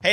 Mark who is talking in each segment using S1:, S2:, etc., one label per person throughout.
S1: Hey,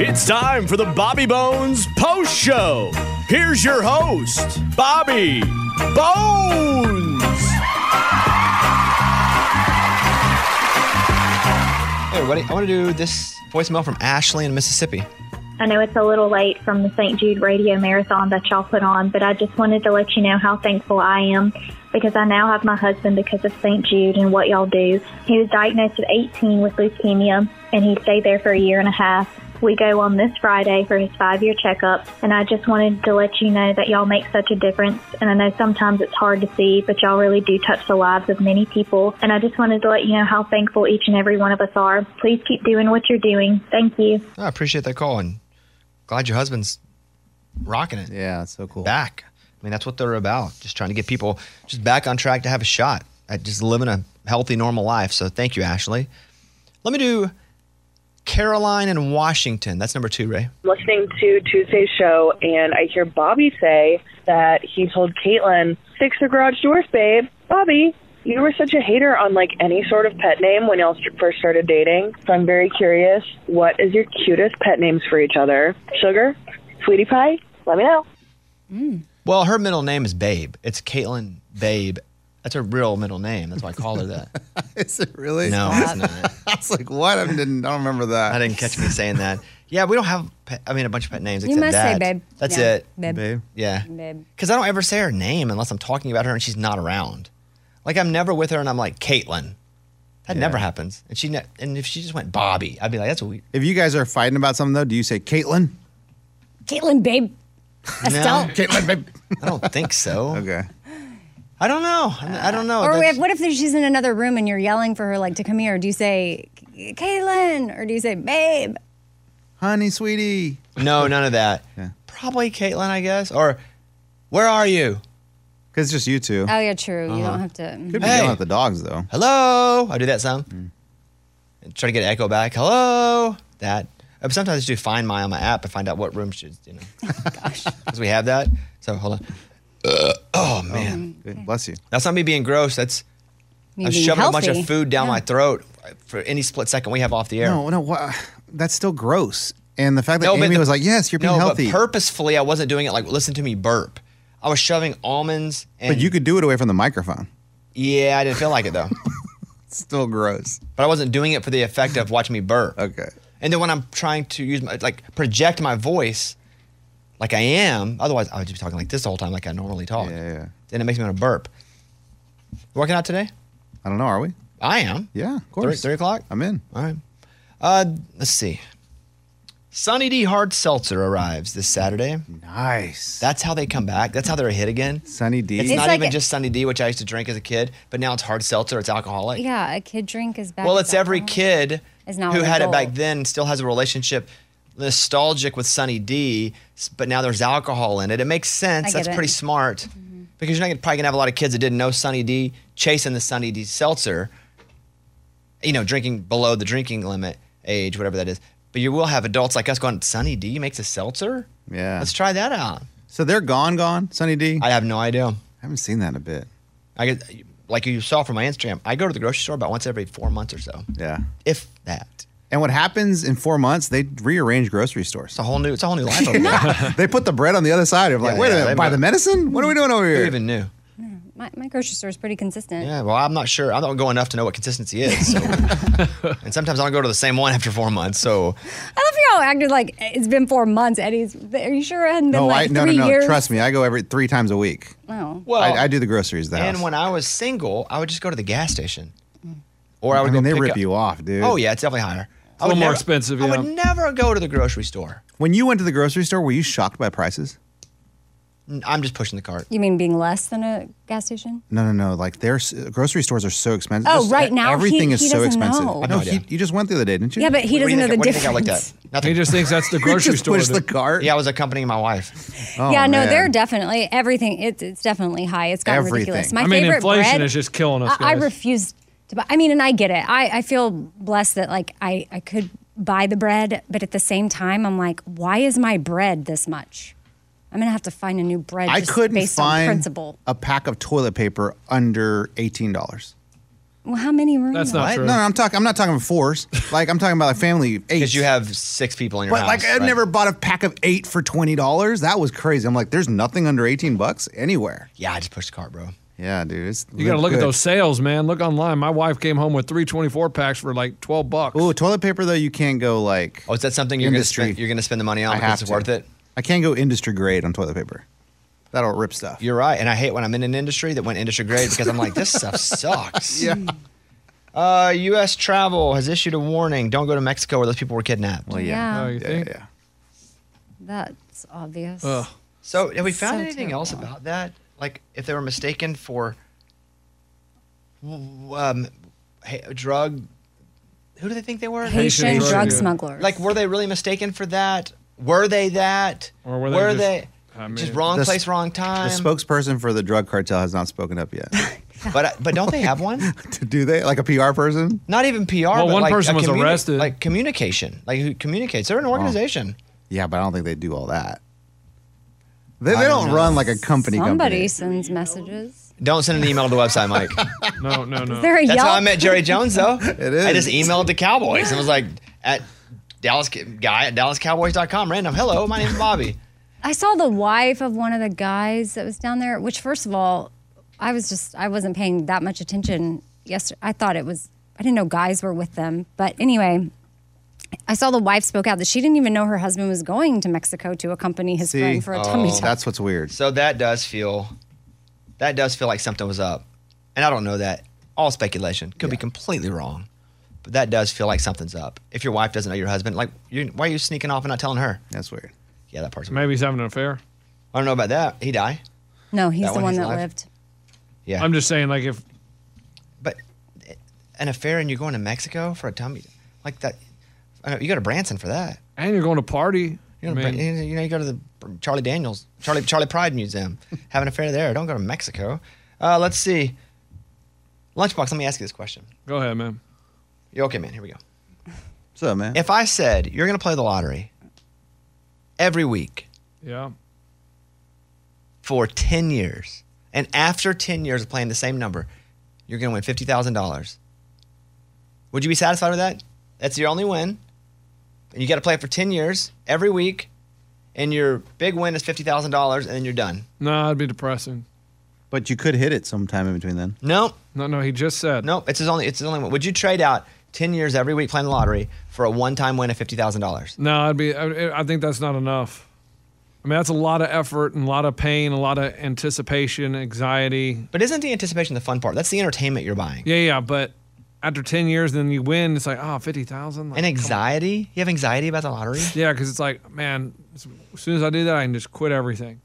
S2: It's time for the Bobby Bones Post Show. Here's your host, Bobby Bones.
S1: Hey everybody, I want to do this voicemail from Ashley in Mississippi.
S3: I know it's a little late from the St. Jude Radio Marathon that y'all put on, but I just wanted to let you know how thankful I am because I now have my husband because of St. Jude and what y'all do. He was diagnosed at 18 with leukemia, and he stayed there for a year and a half. We go on this Friday for his five year checkup, and I just wanted to let you know that y'all make such a difference. And I know sometimes it's hard to see, but y'all really do touch the lives of many people. And I just wanted to let you know how thankful each and every one of us are. Please keep doing what you're doing. Thank you.
S1: I appreciate that call and glad your husband's rocking it.
S4: Yeah, it's so cool.
S1: Back. I mean, that's what they're about. Just trying to get people just back on track to have a shot at just living a healthy, normal life. So thank you, Ashley. Let me do Caroline and Washington. That's number two, Ray.
S5: listening to Tuesday's show, and I hear Bobby say that he told Caitlin, "Fix your garage doors, babe." Bobby, you were such a hater on like any sort of pet name when y'all st- first started dating. So I'm very curious. What is your cutest pet names for each other? Sugar, sweetie pie. Let me know.
S1: Well, her middle name is Babe. It's Caitlin Babe. That's her real middle name. That's why I call her that.
S4: Is it really?
S1: No, it's not.
S4: I was like, what? I didn't. I don't remember that.
S1: I didn't catch me saying that. Yeah, we don't have. Pet, I mean, a bunch of pet names.
S6: You
S1: except
S6: must say
S1: that.
S6: babe.
S1: That's
S6: Yeah,
S1: it.
S6: babe.
S4: Babe.
S1: Yeah.
S6: Babe.
S1: Because I don't ever say her name unless I'm talking about her and she's not around. Like I'm never with her and I'm like Caitlin. That never happens. And she ne- and if she just went Bobby, I'd be like, that's a weird.
S4: If you guys are fighting about something though, do you say Caitlin?
S6: Caitlin, babe. Estelle.
S4: Oh, Caitlin, babe.
S1: I don't think so.
S4: okay.
S1: I don't know. I mean, I don't know.
S6: Or
S1: Oh, That's-
S6: if, what if she's in another room and you're yelling for her, like, to come here? Do you say, Caitlin? Or do you say, babe?
S4: Honey, sweetie.
S1: no, none of that.
S4: Yeah.
S1: Probably Caitlin, I guess. Or where are you?
S4: Because it's just you two.
S6: Oh, yeah, true. You
S1: Uh-huh.
S6: don't have to. Mm-hmm.
S4: Could be
S1: Hey.
S4: yelling at the dogs though.
S1: Hello. I do that some.
S4: Hmm.
S1: And Try to get an echo back. Hello. That. Uh, Sometimes I just do Find My on my app and find out what room should you know. Because we have that. So hold on. oh man.
S4: Um, Good. Bless you.
S1: That's not me being gross. That's
S6: You
S1: I'm
S6: being
S1: shoving a bunch
S6: healthy.
S1: of food down
S6: Yeah.
S1: my throat for any split second we have off the air.
S4: No, no. Wha- that's still gross. And the fact that
S1: No, but
S4: Amy
S1: the-
S4: was like, "Yes, you're being
S1: No,
S4: healthy,"
S1: but purposefully I wasn't doing it like listen to me burp. I was shoving almonds and
S4: but you could do it away from the microphone.
S1: Yeah, I didn't feel like it though.
S4: Still gross.
S1: but I wasn't doing it for the effect of watching me burp.
S4: Okay.
S1: And then when I'm trying to use my like project my voice like I am, otherwise I would just be talking like this the whole time like I normally talk.
S4: Yeah, yeah.
S1: Then it makes me want to burp. Working out today?
S4: I don't know. Are we?
S1: I am.
S4: Yeah, of
S1: Three,
S4: course.
S1: three o'clock?
S4: I'm in.
S1: All right. Uh, let's see. Sunny D Hard Seltzer arrives this Saturday.
S4: Nice.
S1: That's how they come back. That's how they're a hit again.
S4: Sunny D.
S1: It's,
S6: It's
S1: not
S6: like
S1: even
S6: a-
S1: just Sunny D, which I used to drink as a kid, but now it's hard seltzer. It's alcoholic.
S6: Yeah, a kid drink is back.
S1: well,
S6: as
S1: it's every
S6: alcohol.
S1: kid
S6: It's now
S1: who
S6: an
S1: had it
S6: adult.
S1: back then still has a relationship nostalgic with Sunny D, s- but now there's alcohol in it. It makes sense.
S6: I
S1: That's
S6: get it. Mm-hmm.
S1: pretty smart because you're not gonna, probably going to have a lot of kids that didn't know Sunny D chasing the Sunny D seltzer, you know, drinking below the drinking limit age, whatever that is. But you will have adults like us going, Sunny D makes a seltzer?
S4: Yeah.
S1: Let's try that out.
S4: So they're gone, gone. Sunny D.
S1: I
S4: I
S1: have no idea.
S4: haven't seen that in a bit.
S1: I get, like you saw from my Instagram, I go to the grocery store about once every four months or so,
S4: Yeah.
S1: if that.
S4: And what happens in four months? They rearrange grocery stores.
S1: It's a whole new, it's a whole new life. Over there.
S4: they put the bread on the other side. I'm like,
S1: Yeah,
S4: wait
S1: yeah,
S4: a minute,
S1: they
S4: buy
S1: might-
S4: the medicine? What are we doing over
S1: Who
S4: here?
S1: even knew?
S6: My, my grocery store is pretty consistent.
S1: Yeah, well, I'm not sure. I don't go enough to know what consistency is. So. and sometimes I don't go to the same one after four months. So
S6: I love how y'all acted like it's been four months, Eddie's. Are you sure it hadn't been
S4: no,
S6: like
S4: I, no, no,
S6: three
S4: no.
S6: years?
S4: Trust me, I go every three times a week.
S6: No.
S1: well,
S4: I, I do the groceries. at The
S1: And
S4: house.
S1: when I was single, I would just go to the gas station, or Mm. I
S4: I
S1: would
S4: mean,
S1: go.
S4: they
S1: pick
S4: rip
S1: up-
S4: you off, dude.
S1: Oh yeah, it's definitely higher. I
S7: a
S1: would
S7: little more
S1: never-
S7: expensive,
S1: I
S7: yeah.
S1: would never go to the grocery store.
S4: When you went to the grocery store, were you shocked by prices?
S1: N- I'm just pushing the cart.
S6: You mean being less than a gas station?
S4: No, no, no. Like their s- grocery stores are so expensive.
S6: Oh, right now,
S4: everything
S6: he-
S4: is
S6: he
S4: so
S6: doesn't
S4: expensive.
S6: know. I have
S4: No,
S1: no
S4: he,
S1: idea.
S4: you just went the other day, didn't you?
S6: Yeah, but
S1: What
S6: he
S1: do
S6: doesn't
S1: you
S6: know the
S1: think-
S6: difference.
S1: What do you think I looked at? Nothing.
S7: He just thinks that's the
S4: you
S7: grocery
S4: just
S7: store.
S4: pushed the
S7: that-
S4: cart.
S1: yeah, I was accompanying my wife.
S4: Oh,
S6: yeah, no,
S4: man.
S6: they're definitely everything. It's it's definitely high. It's gotten ridiculous.
S4: Everything.
S6: My
S7: I mean,
S6: favorite
S7: inflation
S6: bread
S7: is just killing us,
S6: I, I
S7: guys.
S6: refuse to buy. I mean, and I get it. I, I feel blessed that like I I could buy the bread, but at the same time, I'm like, why is my bread this much? I'm gonna have to find a new bread.
S4: I
S6: just
S4: couldn't
S6: based on
S4: find
S6: principle.
S4: a pack of toilet paper under eighteen dollars.
S6: Well, how many rooms?
S7: That's not
S4: No,
S7: true.
S4: no, I'm talking. I'm not talking fours. Like I'm talking about a family of eight.
S1: Because you have six people in your
S4: But
S1: house.
S4: like I've
S1: right?
S4: never bought a pack of eight for twenty dollars. That was crazy. I'm like, there's nothing under eighteen bucks anywhere.
S1: Yeah, I just pushed the cart, bro.
S4: Yeah, dude. It's
S7: You got to look at
S4: good.
S7: those sales, man. Look online. My wife came home with three twenty-four packs for like twelve bucks.
S4: Ooh, toilet paper though. You can't go like.
S1: Oh, is that something you're going to
S4: Industry.
S1: spend? You're going to spend the money on
S4: I
S1: because
S4: have
S1: it's
S4: to.
S1: worth it.
S4: I can't go industry grade on toilet paper. That'll rip stuff.
S1: You're right, and I hate when I'm in an industry that went industry grade because I'm like, this stuff sucks.
S4: yeah.
S1: Uh, U.S. Travel has issued a warning: don't go to Mexico where those people were kidnapped.
S4: Well, yeah.
S7: Oh, you
S4: Yeah,
S7: think?
S4: yeah, yeah.
S6: That's obvious.
S7: Ugh.
S1: So, have we found
S6: So
S1: anything else
S6: terrible.
S1: about that? Like, if they were mistaken for w- um, hey, a drug, who do they think they were?
S6: Haitian
S7: Haitian
S6: drug
S7: drug-
S6: smugglers.
S1: Like, were they really mistaken for that? Were they that?
S7: Or were they just- I mean-
S1: just wrong
S4: The s-
S1: place, wrong time?
S4: The spokesperson for the drug cartel has not spoken up yet.
S1: but uh, but don't they have one?
S4: Do they? Like a PR person?
S1: Not even PR.
S7: Well,
S1: but
S7: one
S1: like a
S7: person was
S1: communi-
S7: arrested.
S1: Like communication, like who communicates? They're an organization.
S4: Yeah, but I don't think they do all that. They, they
S1: I don't
S4: don't,
S1: know.
S4: run like a company
S6: Somebody
S4: company.
S6: sends messages.
S1: Don't send an email to the website, Mike.
S7: No, no, no.
S6: There are
S1: That's
S6: Yelp.
S1: how I met Jerry Jones, though. it
S4: is.
S1: I just emailed the Cowboys and was like, at Dallas guy at DallasCowboys.com, random. Hello, my name's Bobby.
S6: I saw the wife of one of the guys that was down there, which first of all, I was just I wasn't paying that much attention yesterday. I thought it was I didn't know guys were with them. But anyway, I saw the wife spoke out that she didn't even know her husband was going to Mexico to accompany his
S4: See,
S6: friend for a tummy tuck.
S4: that's what's weird.
S1: Oh. So that does feel, that does feel like something was up, and I don't know that. All speculation could be completely wrong, but that does feel like something's up. If your wife doesn't know your husband, like, you why are you sneaking off and not telling her?
S4: That's weird.
S1: Yeah, that part's.
S7: Maybe he's having an affair.
S1: I don't know about that. He die.
S6: no, he's
S1: that
S6: the
S1: one
S6: one
S1: he's
S6: that
S1: alive?
S6: lived.
S1: Yeah,
S7: I'm just saying, like, if
S1: but an affair and you're going to Mexico for a tummy, like that. I know, you go to Branson for that.
S7: and you're going to party,
S1: You know,
S7: I mean,
S1: Bra- you know, you go to the Charlie Daniels, Charlie Charlie Pride Museum, have an affair there. Don't go to Mexico. Uh, let's see. Lunchbox, let me ask you this question.
S7: go ahead, man.
S1: You're okay, man. Here we go.
S4: What's up, man?
S1: If I said you're going to play the lottery every week
S7: Yeah.
S1: for 10 years, and after 10 years of playing the same number, you're going to win $50,000, would you be satisfied with that? That's your only win. And you got to play it for 10 years every week, and your big win is $50,000, and then you're done.
S7: No, that'd be depressing.
S4: but you could hit it sometime in between then.
S1: Nope.
S7: No, no, he just said.
S1: No, it's his only. It's his only one. Would you trade out ten years every week playing the lottery for a one-time win of fifty thousand dollars?
S7: No, I'd be. I, I think that's not enough. I mean, that's a lot of effort and a lot of pain, a lot of anticipation, anxiety.
S1: But isn't the anticipation the fun part? That's the entertainment you're buying.
S7: Yeah, yeah. But after ten years, then you win. It's like, oh, fifty thousand. Like,
S1: And anxiety. You have anxiety about the lottery.
S7: yeah, because it's like, man, as soon as I do that, I can just quit everything.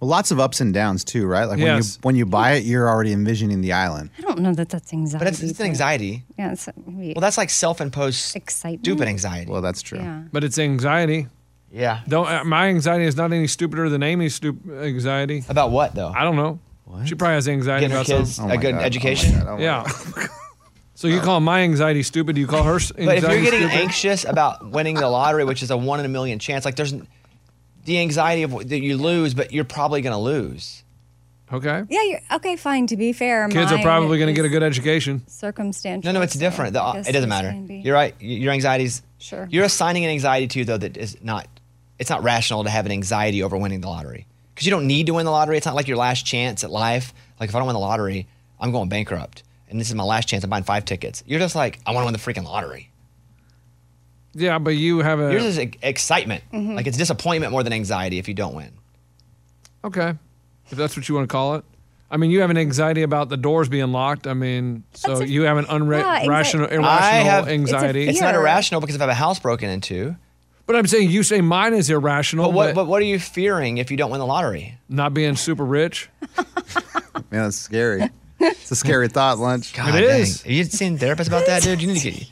S4: Well, lots of ups and downs too, right? Like
S7: Yes.
S4: when you when you buy it, you're already envisioning the island.
S6: I don't know that that's anxiety.
S1: But it's, it's an
S6: but-
S1: anxiety.
S6: Yeah, it's maybe
S1: Well, that's like self-imposed
S6: Excitement?
S1: stupid anxiety.
S4: Well, that's true.
S6: yeah.
S7: But it's anxiety.
S1: yeah.
S7: Don't. uh, My anxiety is not any stupider than Amy's stup- anxiety.
S1: About what though?
S7: I don't know. She probably has anxiety
S1: Getting her
S7: about
S1: kids
S7: something.
S4: Oh
S1: a
S4: my
S1: good
S4: God. Oh my
S1: education.
S4: God. Oh my
S7: Yeah. So you call my anxiety stupid? Do you call her s- anxiety
S1: But if you're getting
S7: stupid?
S1: anxious about winning the lottery, which is a one in a million chance, like there's n- the anxiety of w- that you lose, but you're probably going to lose.
S7: okay.
S6: Yeah, you're okay. Fine. To be fair,
S7: Kids are
S6: mine
S7: probably going to get a
S6: is
S7: good education.
S6: circumstantial.
S1: No, no, it's
S6: so
S1: different. The- uh,
S6: I guess
S1: it doesn't
S6: this
S1: matter.
S6: can be-
S1: You're right. Y- Your anxiety's
S6: Sure.
S1: You're assigning an anxiety to though that is not. It's not rational to have an anxiety over winning the lottery because you don't need to win the lottery. It's not like your last chance at life. Like if I don't win the lottery, I'm going bankrupt, and this is my last chance. I'm buying five tickets. You're just like I want to win the freaking lottery.
S7: Yeah, but you have a
S1: Yours is e- excitement. Like it's disappointment more than anxiety if you don't win.
S7: okay, if that's what you want to call it. I mean, you have an anxiety about the doors being locked. I mean, so
S6: That's a-
S7: you have an unra-
S6: yeah, anxi-
S7: rational,
S6: I
S7: irrational
S1: have- It's a
S7: anxiety.
S1: It's not
S6: Fear.
S1: irrational because if I have a house broken into,
S7: but I'm saying you say mine is irrational.
S1: but what,
S7: But,
S1: but what are you fearing if you don't win the lottery?
S7: not being super rich.
S4: Man, that's scary. it's a scary thought, lunch.
S1: God
S7: It is.
S1: Dang. Have you seen therapists about that, dude? You need to get.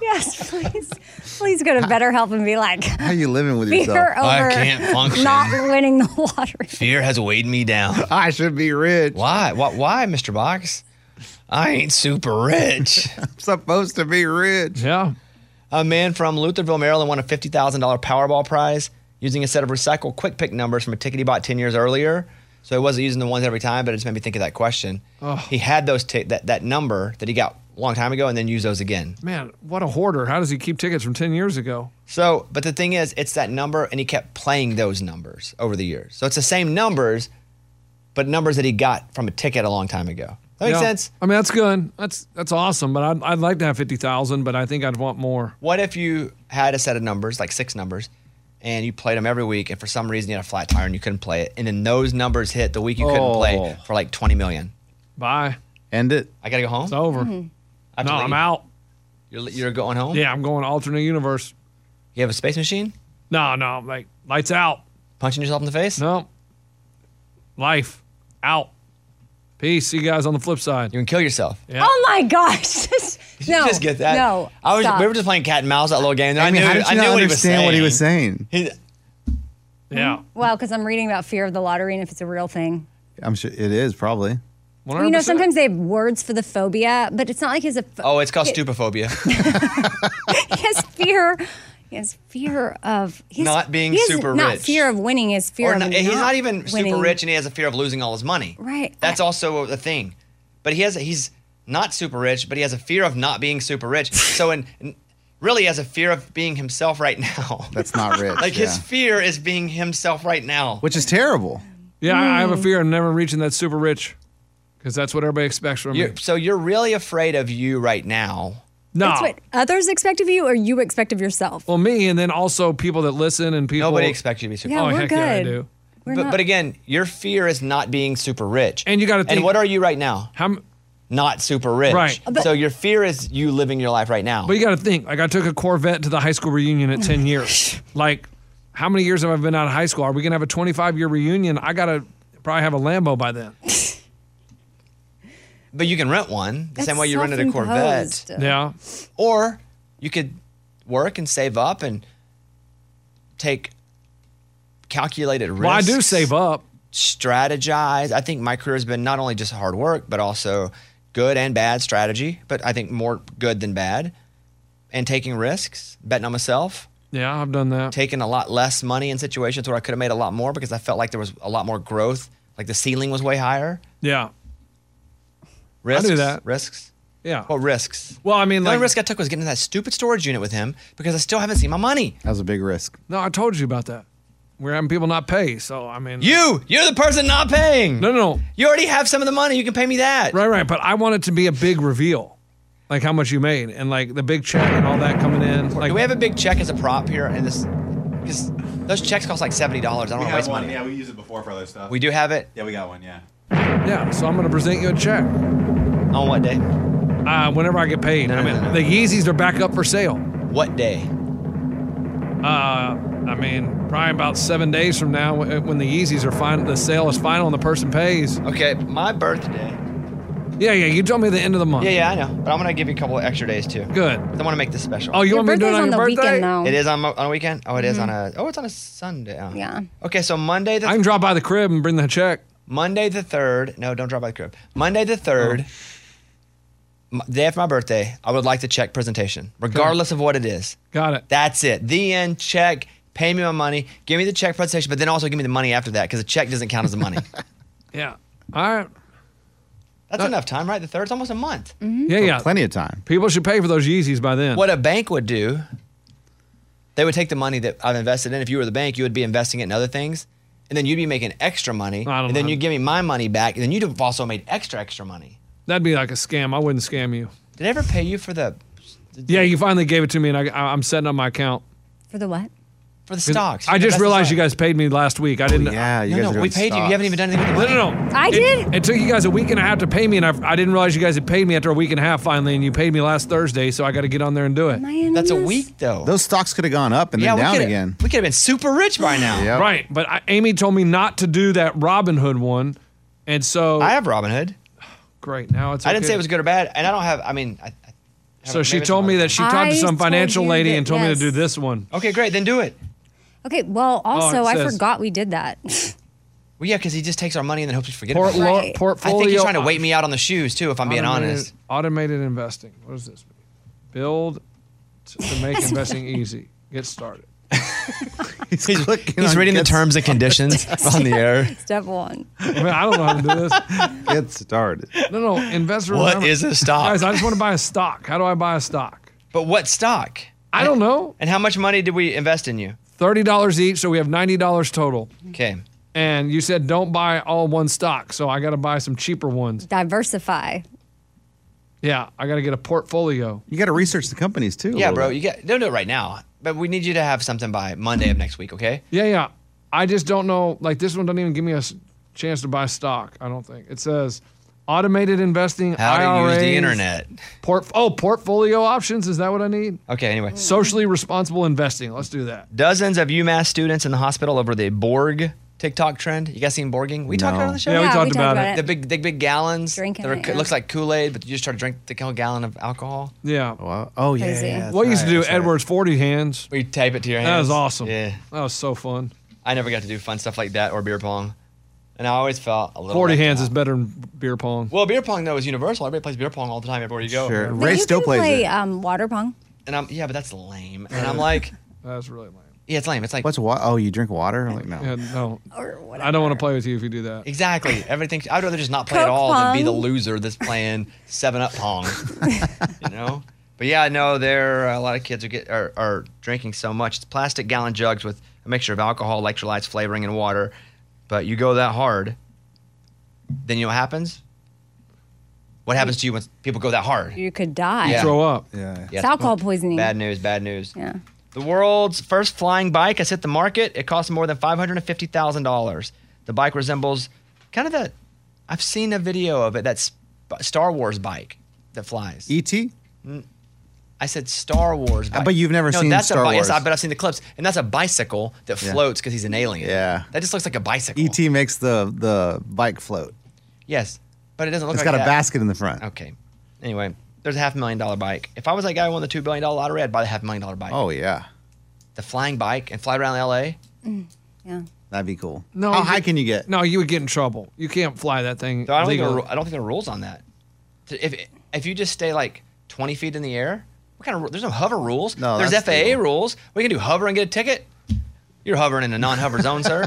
S6: Yes, please, please go to BetterHelp and be like
S4: How you living with yourself?
S6: fear over
S1: I can't function.
S6: not winning the lottery.
S1: Fear has weighed me down.
S4: I should be rich.
S1: Why? Why, why Mr. Box? I ain't super rich.
S4: I'm supposed to be rich.
S7: Yeah,
S1: a man from Lutherville, Maryland won a $50,000 Powerball prize using a set of recycled quick pick numbers from a ticket he bought 10 years earlier. So he wasn't using the ones every time, but it just made me think of that question. He had those ti- that, that number that he got a long time ago and then used those again.
S7: man, what a hoarder! How does he keep tickets from ten years ago?
S1: So, but the thing is, it's that number, and he kept playing those numbers over the years. So it's the same numbers, but numbers that he got from a ticket a long time ago. That makes
S7: Yeah.
S1: sense.
S7: I mean, that's good. That's that's awesome. But I'd, I'd like to have fifty thousand. But I think I'd want more.
S1: What if you had a set of numbers, like six numbers, and you played them every week, and for some reason you had a flat tire and you couldn't play it, and then those numbers hit the week you couldn't play
S4: Oh.
S1: for like twenty million?
S7: Bye.
S4: End it.
S1: I gotta go home.
S7: It's over.
S1: Mm-hmm. I have to
S7: No,
S1: let
S7: I'm
S1: you-
S7: out.
S1: You're, you're going home.
S7: Yeah, I'm going alternate universe.
S1: You have a space machine?
S7: No, no, like lights out.
S1: Punching yourself in the face?
S7: No. Life out. Peace. See you guys on the flip side.
S1: You can kill yourself.
S7: Yeah.
S6: Oh my gosh!
S1: Did
S6: no,
S1: you just get that?
S6: No,
S1: I was.
S6: stop.
S1: We were just playing cat and mouse that little game. And I,
S4: mean,
S1: knew.
S4: how did you
S1: I knew
S4: not
S1: what he was
S4: understand
S1: saying.
S4: what he was saying?
S1: He-
S7: Yeah.
S6: well, because I'm reading about fear of the lottery and if it's a real thing.
S4: I'm sure it is probably.
S7: 100%.
S6: You know, sometimes they have words for the phobia, but it's not like he's a ph-
S1: oh, it's called stupophobia.
S6: he has fear. He has fear of he's,
S1: Not being
S6: he has
S1: super
S6: Not
S1: rich.
S6: fear of winning. His fear
S1: or
S6: of
S1: not, he's not even super
S6: winning.
S1: rich, and he has a fear of losing all his money.
S6: Right.
S1: That's
S6: I-
S1: also a thing. But he has he's not super rich, but he has a fear of not being super rich. so in, in- really he has a fear of being himself right now.
S4: That's not rich.
S1: like his
S4: yeah.
S1: fear is being himself right now.
S4: which is terrible.
S7: Yeah, I I
S1: Hmm.
S7: have a fear of never reaching that super rich because that's what everybody expects from me.
S1: You're, so you're really afraid of you right now.
S7: No.
S6: That's what others expect of you, or you expect of yourself.
S7: well, me and then also people that listen and people.
S1: Nobody expects you to be super.
S6: Yeah,
S7: Oh,
S6: we're
S7: heck
S6: good.
S7: yeah, I do.
S6: We're
S1: But,
S6: not-
S1: but again, your fear is not being super rich.
S7: And you gotta
S1: And
S7: think-
S1: what are you right now?
S7: How, m-
S1: Not super rich.
S7: Right.
S6: But-
S1: so your fear is you living your life right now.
S7: but you got to think. Like, I took a Corvette to the high school reunion at 10 years. Like, how many years have I been out of high school? Are we going to have a 25 year reunion? I got to probably have a Lambo by then.
S1: But you can rent one the
S6: that's
S1: same way you rented a Corvette.
S6: self-imposed.
S7: Yeah.
S1: Or you could work and save up and take calculated risks.
S7: Well, I do save up.
S1: Strategize. I think my career has been not only just hard work, but also good and bad strategy, but I think more good than bad. And taking risks, betting on myself,
S7: Yeah, I've done that.
S1: taking a lot less money in situations where I could have made a lot more because I felt like there was a lot more growth, like the ceiling was way higher.
S7: Yeah.
S1: Risks.
S7: that.
S1: Risks.
S7: Yeah.
S1: Well, risks.
S7: Well, I mean,
S1: the only
S7: like-
S1: Oh, risk I took was getting into that stupid storage unit with him because I still haven't seen my money.
S4: That was a big risk.
S7: No, I told you about that. We're having people not pay. So I mean,
S1: You, you're the person not paying.
S7: No, no, no.
S1: You already have some of the money. You can pay me that.
S7: Right, right. But I want it to be a big reveal, like how much you made and like the big check and all that coming in. Like
S1: Do we have a big check as a prop here? And this, because those checks cost like seventy dollars. I don't
S8: We
S1: want to Oh, waste
S8: have one.
S1: money.
S8: Yeah, we used it before for other stuff.
S1: We do have it
S8: Yeah, we got one. Yeah.
S7: yeah. So I'm gonna present you a check
S1: on what day?
S7: uh, whenever I get paid. I mean, the Yeezys are back up for sale.
S1: What day?
S7: Uh, I mean, probably about seven days from now, wh- when the Yeezys are final, the sale is final and the person pays.
S1: Okay, my birthday.
S7: Yeah, yeah. You told me the end of the month.
S1: Yeah, yeah, I know. But I'm gonna give you a couple of extra days too.
S7: Good.
S1: I want to make this special.
S7: Oh, you Mm-hmm.
S6: Your
S7: want me to do it
S6: birthday's
S7: on,
S6: on the
S7: your birthday?
S6: weekend, though.
S1: It is on, mo- on a weekend. Oh, it is on a. Oh, it's on a Sunday. Oh.
S6: Yeah.
S1: Okay, so Monday the
S7: I can drop by the crib and bring the check. Oh.
S1: Monday the third. No, don't drop by the crib. Monday the third. m- the day after my birthday, I would like the check presentation, regardless of what it is.
S7: Got it.
S1: That's it. The end. Check. Pay me my money. Give me the check presentation, but then also give me the money after that because the check doesn't count as the money.
S7: Yeah. All right.
S1: That's enough time, right? The third's almost a month.
S4: Mm-hmm.
S7: Yeah,
S1: Uh,
S7: yeah.
S4: Plenty of time.
S7: People should pay for those Yeezys by then.
S1: Mm-hmm. What a bank would do, they would take the money that I've invested in. If you were the bank, you would be investing it in other things, and then you'd be making extra money.
S7: I don't
S1: and then
S7: know.
S1: you give me my money back, and then you'd have also made extra extra money.
S7: That'd be like a scam. I wouldn't scam you.
S1: Did I ever pay you for the
S7: Yeah, you finally gave it to me, and I, I, I'm setting up my account.
S6: For the what?
S1: for the stocks? Oh,
S7: I just
S1: That's the
S7: realized you
S1: stock.
S7: guys paid me last week. I didn't.
S4: Yeah,
S1: no,
S4: you guys
S1: no,
S4: are doing
S1: we paid you. You
S4: stocks.
S1: haven't even done anything.
S7: No,
S1: With the
S7: no,
S1: money.
S7: no.
S6: I
S7: It-
S6: did.
S7: It took you guys a week and a half to pay me, and I, I didn't realize you guys had paid me after a week and a half finally, and you paid me last Thursday, so I got to get on there and do it.
S6: Man,
S1: That's a
S6: I'm
S1: week though.
S4: Those stocks could have gone up and
S1: yeah,
S4: then
S1: we
S4: down
S1: coulda-
S4: again.
S1: We could have been super rich by now.
S4: Yep.
S7: Right, but I, Amy told me not to do that Robin Hood one, and so
S1: I have Robinhood.
S7: great. Now it's.
S1: I didn't
S7: okay.
S1: say it was good or bad, and I don't have. I mean, I, I
S7: So
S1: haven't-
S7: she
S1: maybe it's
S7: told
S1: not
S7: me
S1: good.
S7: that she talked
S6: I
S7: to some
S6: told
S7: financial
S6: you
S7: lady
S6: that-
S7: and told me to
S6: yes.
S7: do this one.
S1: Okay, great. Then do it.
S6: Okay. Well, also, I
S7: says-
S6: forgot we did that.
S1: Well, yeah, because he just takes our money and then hopes we forget
S7: Port-
S1: about it.
S7: lo-
S6: Right.
S1: I
S7: Portfolio.
S1: think he's trying to wait me out on the shoes too, if I'm being
S7: automated-
S1: honest.
S7: Automated investing. What does this mean? Build t- to make investing easy. Get started.
S1: He's,
S4: clicking
S1: he's
S4: on
S1: reading the
S4: gets-
S1: terms and conditions on the air.
S6: Step one.
S7: I, mean, I don't know how to do this.
S4: Get started.
S7: No, no, investor.
S1: What
S7: remember-
S1: is a stock?
S7: Guys, I just want to buy a stock. How do I buy a stock?
S1: But what stock?
S7: I don't know.
S1: And how much money did we invest in you?
S7: Thirty dollars each, so we have ninety dollars total.
S1: Okay.
S7: And you said don't buy all one stock, so I got to buy some cheaper ones.
S6: Diversify. Oh,
S7: Yeah, I got to get a portfolio.
S4: You got to research the companies too. a
S1: Yeah,
S4: little
S1: bro,
S4: bit.
S1: you get don't do it right now. But we need you to have something by Monday of next week, okay?
S7: Yeah, yeah. I just don't know. Like this one doesn't even give me a s- chance to buy stock. I don't think it says automated investing.
S1: How to use the
S7: IRAs,
S1: internet.
S7: Port- oh, portfolio options. Is that what I need?
S1: Okay, anyway.
S7: Socially responsible investing. Let's do that.
S1: Dozens of UMass students in the hospital over the Borg TikTok trend. You guys seen Borging? We talked about
S4: No.
S1: it on the show.
S7: Yeah, we talked about it.
S1: The big, the big gallons.
S6: Drinking
S1: that are-
S6: it, yeah.
S1: looks like Kool Aid, but you just try to drink the whole gallon of alcohol.
S7: Yeah.
S4: Wow. Oh yeah.
S6: Crazy.
S4: yeah, that's
S7: What used to
S4: right,
S7: do
S4: that's right.
S7: Edwards forty hands.
S1: We tape it to your hands.
S7: That was awesome.
S1: Yeah,
S7: That was so fun.
S1: I never got to do fun stuff like that or beer pong, and I always felt a little.
S7: Forty
S1: left
S7: hands
S1: out.
S7: is better than beer pong.
S1: Well, beer pong though is universal. Everybody plays beer pong all the time everywhere you go.
S4: Sure.
S6: But
S4: Ray
S6: you
S4: still
S6: can
S4: plays
S6: play
S4: it.
S6: um, water pong.
S1: And I'm yeah, but that's lame. And I'm like,
S7: That's really lame.
S1: yeah, it's lame. It's like
S4: What's wa- Oh, you drink water? I'm like no.
S7: Yeah, no,
S6: Or whatever.
S7: I don't want to play with you if you do that.
S1: exactly everything. I'd rather just not play at
S6: Coke
S1: all than be the
S6: pong.
S1: loser that's playing seven up pong. you know. But yeah, no, there are a lot of kids who get are, are drinking so much. It's plastic gallon jugs with a mixture of alcohol, electrolytes, flavoring, and water. But you go that hard, then you know what happens? What happens to you when people go that hard?
S6: You could die.
S1: Yeah.
S7: Throw up.
S4: Yeah.
S1: Yeah,
S6: It's alcohol poisoning.
S1: Bad news, bad news.
S6: Yeah.
S1: The world's first flying bike has hit the market. It costs more than $550,000. The bike resembles kind of that, I've seen a video of it, that sp- Star Wars bike that flies.
S4: ET.
S1: I said Star Wars bike.
S4: but you've never
S1: no,
S4: seen
S1: that's
S4: Star
S1: a bi- Yes,
S4: Wars.
S1: I- but I've seen the clips. And that's a bicycle that floats because he's an alien.
S4: Yeah. E
S1: That just looks like a bicycle.
S4: ET makes the the bike float.
S1: Yes, but it doesn't look
S4: It's
S1: like
S4: got a
S1: that.
S4: basket in the front.
S1: Okay. Anyway, there's a half million dollar bike. If I was that guy who won the $2 billion lottery, I'd buy the half million dollar bike.
S4: Oh yeah,
S1: The flying bike and fly around LA.
S6: Yeah.
S4: that'd be cool.
S7: No,
S4: How
S7: you-
S4: high can you get?
S7: No, you would get in trouble. You can't fly that thing.
S1: So I don't, think there
S7: legally.
S1: are, I don't think there are rules on that. So If if you just stay like 20 feet in the air, what kind of ru- there's no hover rules.
S4: No,
S1: there's
S4: that's
S1: FAA
S4: legal.
S1: rules. We can do hover and get a ticket. You're hovering in a non-hover zone, sir.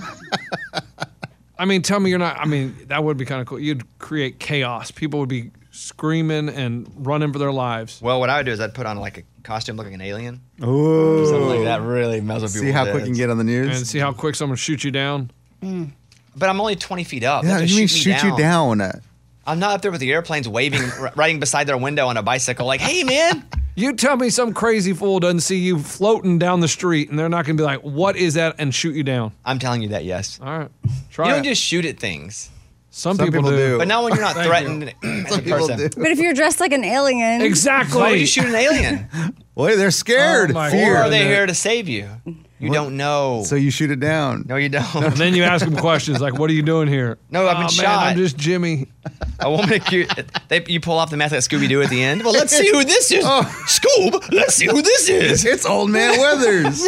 S7: I mean, tell me you're not. I mean, that would be kind of cool. You'd create chaos. People would be screaming and running for their lives.
S1: Well, what I would do is I'd put on like a costume looking like an alien,
S4: Ooh.
S1: something like that. Really mess with people.
S4: See how quick you can get on the
S7: And
S4: news.
S7: see how quick someone shoots you down.
S1: But I'm only 20 feet up.
S4: Yeah,
S1: They'll just
S4: you mean
S1: shoot, me
S4: shoot you down? Uh,
S1: I'm not up there with the airplanes waving, r- riding beside their window on a bicycle. Like, hey man,
S7: You tell me some crazy fool doesn't see you floating down the street and they're not going to be like, what is that? And shoot you down.
S1: I'm telling you that yes.
S7: All right.
S1: You
S7: Try
S1: don't
S7: it.
S1: just shoot at things,
S7: some,
S4: Some
S7: people,
S4: people
S7: do.
S4: do.
S1: but not when you're not
S7: Thank you.
S1: threatened. as a
S4: People
S1: person.
S4: do.
S6: But if you're dressed like an alien,
S7: Exactly.
S1: Why would you shoot an alien?
S4: Wait, they're scared.
S7: Oh, my
S4: Fear.
S1: Or
S7: God.
S1: are they
S7: Internet.
S1: here to save you? You don't know.
S4: So you shoot it down.
S1: no, you don't.
S7: And then you ask them questions like, what are you doing here?
S1: No, I've been
S7: "Oh, man,
S1: shot."
S7: I'm just Jimmy.
S1: A woman accused. They, you pull off the mask like Scooby Doo at the end. Well, let's see who this is.
S4: Oh.
S1: Scoob, let's see who this is.
S4: It's old man Weathers.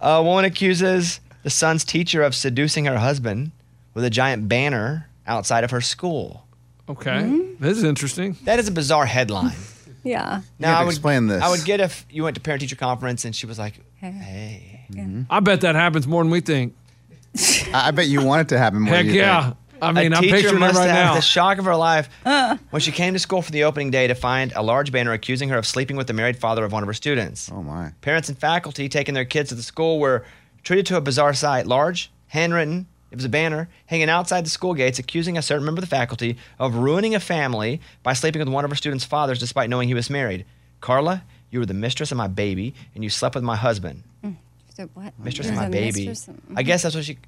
S1: A woman accuses the son's teacher of seducing her husband with a giant banner outside of her school.
S7: Okay. This is interesting.
S1: That is a bizarre headline.
S6: Yeah.
S4: You have to explain this.
S1: I would get if you went to parent teacher conference and she was like,
S7: I bet that happens more than we think.
S4: I I bet you want it to happen more.
S7: Heck
S4: than you
S7: yeah.
S4: think.
S7: I mean,
S1: a
S7: I'm
S1: teacher
S7: picturing it right
S1: must have
S7: now.
S1: the shock of her life
S6: Uh.
S1: when she came to school for the opening day to find a large banner accusing her of sleeping with the married father of one of her students.
S4: Oh my.
S1: Parents and faculty taking their kids to the school were treated to a bizarre sight. Large, handwritten, it was a banner hanging outside the school gates accusing a certain member of the faculty of ruining a family by sleeping with one of her students' fathers despite knowing he was married. Carla, you were the mistress of my baby and you slept with my husband.
S6: So what?
S1: Mistress
S6: There's
S1: of my
S6: a
S1: baby.
S6: mistress and-
S1: I guess that's what she.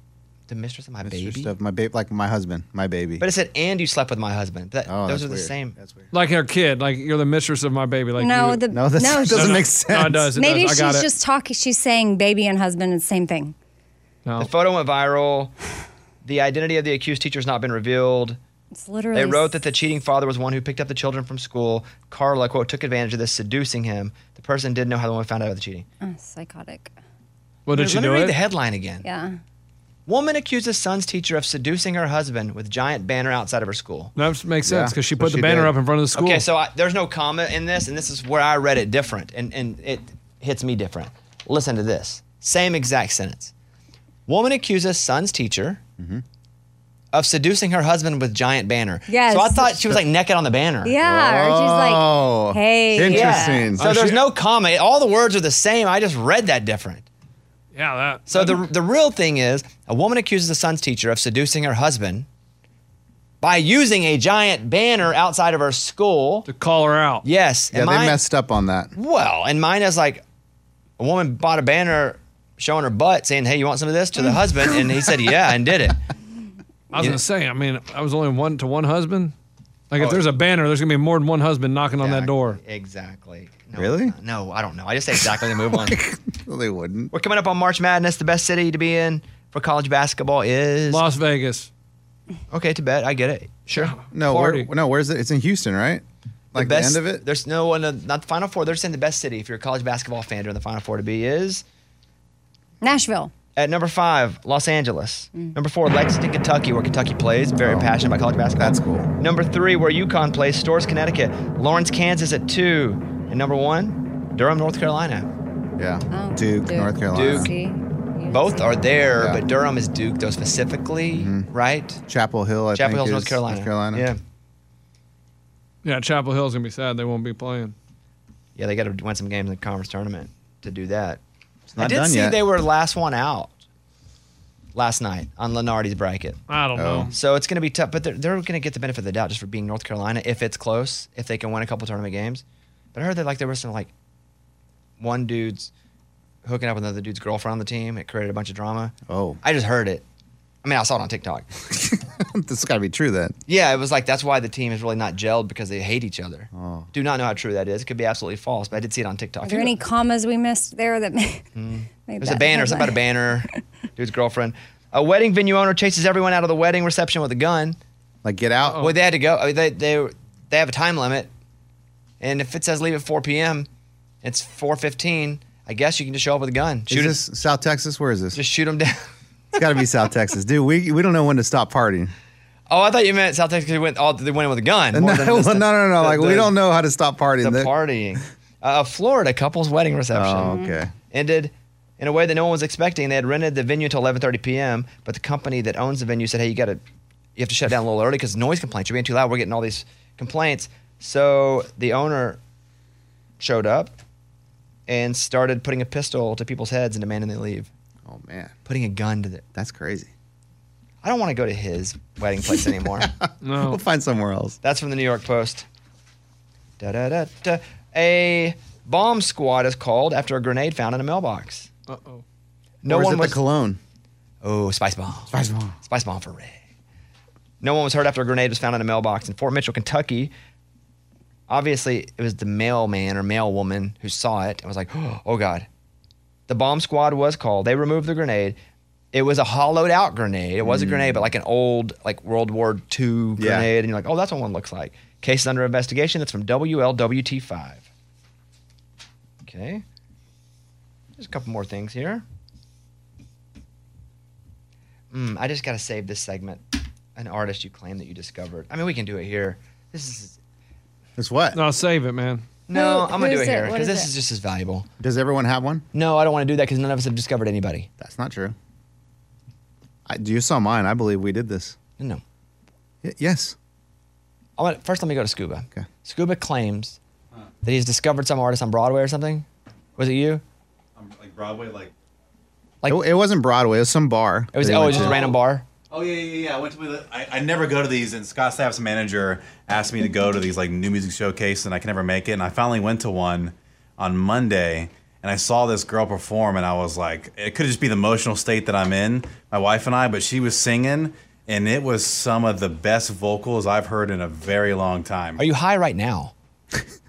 S1: The mistress of my
S4: It's
S1: baby.
S4: just of my baby, like my husband, my baby.
S1: But it said, and you slept with my husband. That,
S4: Oh,
S1: those
S4: that's
S1: are the
S4: weird.
S1: same.
S4: That's weird.
S7: Like her kid. Like you're the mistress of my baby. Like
S6: no,
S7: you-
S6: the
S4: No, that
S6: no, she-
S4: doesn't
S7: No,
S4: make
S7: no,
S4: sense.
S7: No, it does. It
S6: Maybe
S7: does.
S6: she's
S7: I got it.
S6: just talking. She's saying baby and husband is the same thing.
S7: No.
S1: The photo went viral. The identity of the accused teacher has not been revealed.
S6: It's literally.
S1: They wrote that the cheating father was one who picked up the children from school. Carla, quote, took advantage of this, seducing him. The person didn't know how the woman found out about the cheating.
S6: Oh, psychotic.
S7: Well, did she
S1: Let me
S7: do
S1: read the
S7: it?
S1: headline again.
S6: Yeah.
S1: Woman accuses son's teacher of seducing her husband with giant banner outside of her school.
S7: No, That makes
S4: Yeah,
S7: sense because she
S4: that's what
S7: put the
S4: she
S7: banner
S4: did.
S7: up in front of the school.
S1: Okay, so I, there's no comma in this, and this is where I read it different, and, and it hits me different. Listen to this. Same exact sentence. Woman accuses son's teacher
S4: Mm-hmm.
S1: of seducing her husband with giant banner.
S6: Yes.
S1: So I thought she was like naked on the banner.
S6: Yeah. Or she's
S4: Oh,
S6: like, hey. yeah.
S4: interesting. Oh,
S1: So there's no comma. All the words are the same. I just read that different.
S7: yeah, that.
S1: So the, the real thing is a woman accuses the son's teacher of seducing her husband by using a giant banner outside of her school.
S7: to call her out.
S1: Yes.
S4: Yeah,
S1: and
S4: they
S1: mine-
S4: messed up on that.
S1: Well, and mine is like a woman bought a banner showing her butt saying, Hey, you want some of this to the husband? And he said, Yeah, and did it.
S7: I was
S1: Yeah.
S7: gonna say. I mean, I was only one to one husband. Like,
S1: Oh,
S7: if there's a banner, there's gonna be more than one husband knocking on
S1: Yeah,
S7: that door.
S1: Exactly. No,
S4: Really?
S1: No, I don't know. I just say exactly to move on.
S4: Well, they wouldn't.
S1: We're coming up on March Madness. The best city to be in for college basketball is.
S7: Las Vegas.
S1: Okay, Tibet. I get it. Sure.
S4: No,
S7: Party.
S4: where, no. Where's it? It's in Houston, right? Like the,
S1: best,
S4: end of it.
S1: There's no one, uh, not the Final Four. They're saying the best city if you're a college basketball fan during the Final Four to be is.
S6: Nashville.
S1: At number five, Los Angeles. Number four, Lexington, Kentucky, where Kentucky plays. Very passionate about college basketball.
S4: Oh, That's cool.
S1: Number three, where UConn plays, Stores, Connecticut. Lawrence, Kansas at two. And number one, Durham, North Carolina.
S4: Yeah,
S6: Oh,
S4: Duke, North Carolina,
S1: Duke.
S6: See? You
S1: Both
S6: see?
S1: are there,
S4: Yeah.
S1: but Durham is Duke, though, specifically, right?
S4: Chapel Hill. I
S1: Chapel
S4: think
S1: Hill's
S4: is
S1: North Carolina.
S4: North Carolina.
S1: Yeah.
S7: Yeah, Chapel Hill's gonna be sad. They won't be playing.
S1: Yeah, they got to win some games in the conference tournament to do that. I
S4: not
S1: did
S4: done
S1: see
S4: yet.
S1: they were last one out last night on Lenardi's bracket.
S7: I don't know.
S1: So it's going to be tough, but they're, they're going to get the benefit of the doubt just for being North Carolina if it's close, if they can win a couple tournament games. But I heard that like there was some like one dude's hooking up with another dude's girlfriend on the team. It created a bunch of drama.
S4: Oh.
S1: I just heard it. I mean, I saw it on TikTok.
S4: this has got to be true then.
S1: yeah, it was like that's why the team is really not gelled because they hate each other. Do not know how true that is. It could be absolutely false, but I did see it on TikTok.
S6: Are there any commas we missed there that may, made
S1: Hmm. There's a
S6: that
S1: banner. Something about a
S6: headline?
S1: banner. Dude's girlfriend. A wedding venue owner chases everyone out of the wedding reception with a gun.
S4: Like get out.
S1: Well, they had to go. I mean, they they they have a time limit, and if it says leave at 4 p.m., it's 4:15. I guess you can just show up with a gun. Shoot
S4: is
S1: us.
S4: this South Texas? Where is this?
S1: Just shoot them down.
S4: It's got to be South Texas, dude. We we don't know when to stop partying.
S1: Oh, I thought you meant South Texas went all they went in with a gun.
S4: No,
S1: more than
S4: no,
S1: just
S4: no,
S1: the-
S4: no, no.
S1: the-
S4: Like we
S1: the-
S4: don't know how to stop partying.
S1: the
S4: That-
S1: partying. Uh, a Florida couple's wedding reception Mm-hmm.
S4: Oh, okay.
S1: ended in a way that no one was expecting. They had rented the venue until 11:30 p.m., but the company that owns the venue said, "Hey, you got to you have to shut down a little early because noise complaints. You're being too loud. We're getting all these complaints." So the owner showed up and started putting a pistol to people's heads and demanding they leave.
S4: Oh man,
S1: Putting a gun to the.
S4: that's crazy.
S1: I don't want to go to his wedding place anymore.
S7: No.
S4: We'll find somewhere else.
S1: That's from the New York Post. Da, da, da, da. A bomb squad is called after a grenade found in a mailbox.
S7: Uh oh.
S1: No
S4: or is
S1: one
S4: it
S1: was.
S4: the cologne?
S1: oh, spice bomb.
S4: Spice bomb.
S1: Spice bomb for Ray. No one was hurt after a grenade was found in a mailbox in Fort Mitchell, Kentucky. Obviously, it was the mailman or mailwoman who saw it and was like, "Oh God!" The bomb squad was called. They removed the grenade. It was a hollowed out grenade. It was a grenade, but like an old, like World War II grenade.
S4: Yeah.
S1: And you're like, "Oh, that's what one looks like." Case is under investigation. That's from WLWT5. Okay. There's a couple more things Hmm, here. Mm, I just got to save this segment. an artist you claim that you discovered? I mean, we can do it here. This is
S4: It's what?
S7: No, save it, man.
S1: no.
S6: Who-
S1: I'm gonna do
S6: who's
S1: it
S6: it?
S1: here
S6: What
S1: because
S6: is
S1: this
S6: it?
S1: is just as valuable.
S4: Does everyone have one?
S1: No, I don't want to do that because none of us have discovered anybody.
S4: That's not true. I, you saw mine. I believe we did this.
S1: No.
S4: Y- yes.
S1: I want, first, let me go to Scuba.
S4: Okay.
S1: Scuba claims that he's discovered some artist on Broadway or something. Was it you?
S8: Um, like Broadway, like.
S4: It, it wasn't Broadway. It was some bar.
S1: It was
S4: that
S1: oh,
S4: we
S1: it
S4: went
S1: was just a
S4: to.
S1: random bar.
S8: Oh yeah, yeah, yeah. I went to. The, I, I never go to these, and Scott Stapp's manager asked me to go to these like new music showcases, and I can never make it. And I finally went to one on Monday, and I saw this girl perform, and I was like, it could just be the emotional state that I'm in, my wife and I, but she was singing, and it was some of the best vocals I've heard in a very long time.
S1: Are you high right now?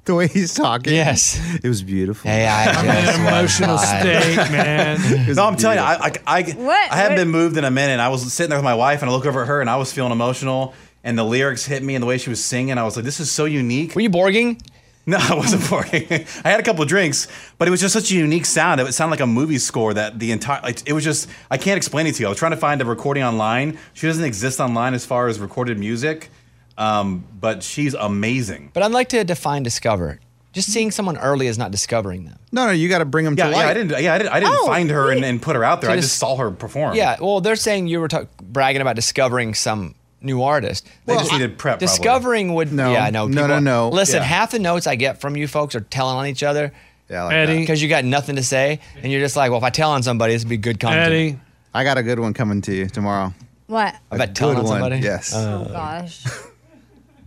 S4: The way he's talking.
S1: Yes.
S4: It was beautiful.
S1: Hey, I just was
S7: An emotional
S1: high.
S7: state, man.
S8: No, I'm telling you, I, I, I,
S6: What?
S8: I haven't
S6: What?
S8: been moved in a minute. I was sitting there with my wife, and I look over at her, and I was feeling emotional. And the lyrics hit me, and the way she was singing, I was like, "This is so unique."
S1: Were you borging?
S8: No, I wasn't pouring. I had a couple drinks, but it was just such a unique sound. It sounded like a movie score that the entire, like, it was just, I can't explain it to you. I was trying to find a recording online. She doesn't exist online as far as recorded music, um, but she's amazing.
S1: But I'd like to define discover. Just seeing someone early is not discovering them.
S4: No, no, you got to bring him
S8: Yeah,
S4: to
S8: yeah,
S4: life.
S8: I didn't, yeah, I didn't, I didn't
S6: Oh,
S8: find her and,
S6: wait.
S8: and put her out there.
S1: So
S8: I
S1: this-
S8: just saw her perform.
S1: Yeah, well, they're saying you were ta- bragging about discovering some new artist.
S8: They just needed prep, probably.
S1: Discovering would
S4: No.
S1: yeah, no,
S4: No,
S1: people-
S4: no, no.
S1: Listen,
S4: Yeah.
S1: half the notes I get from you folks are telling on each other
S4: Yeah, I like
S7: Eddie,
S1: because you got nothing to say, and you're just like, well, if I tell on somebody, this would be good content.
S7: Eddie,
S4: that. I got a good one coming to you tomorrow.
S6: What?
S1: I bet telling on
S4: good one.
S1: somebody. Uh.
S4: Yes.
S6: oh gosh.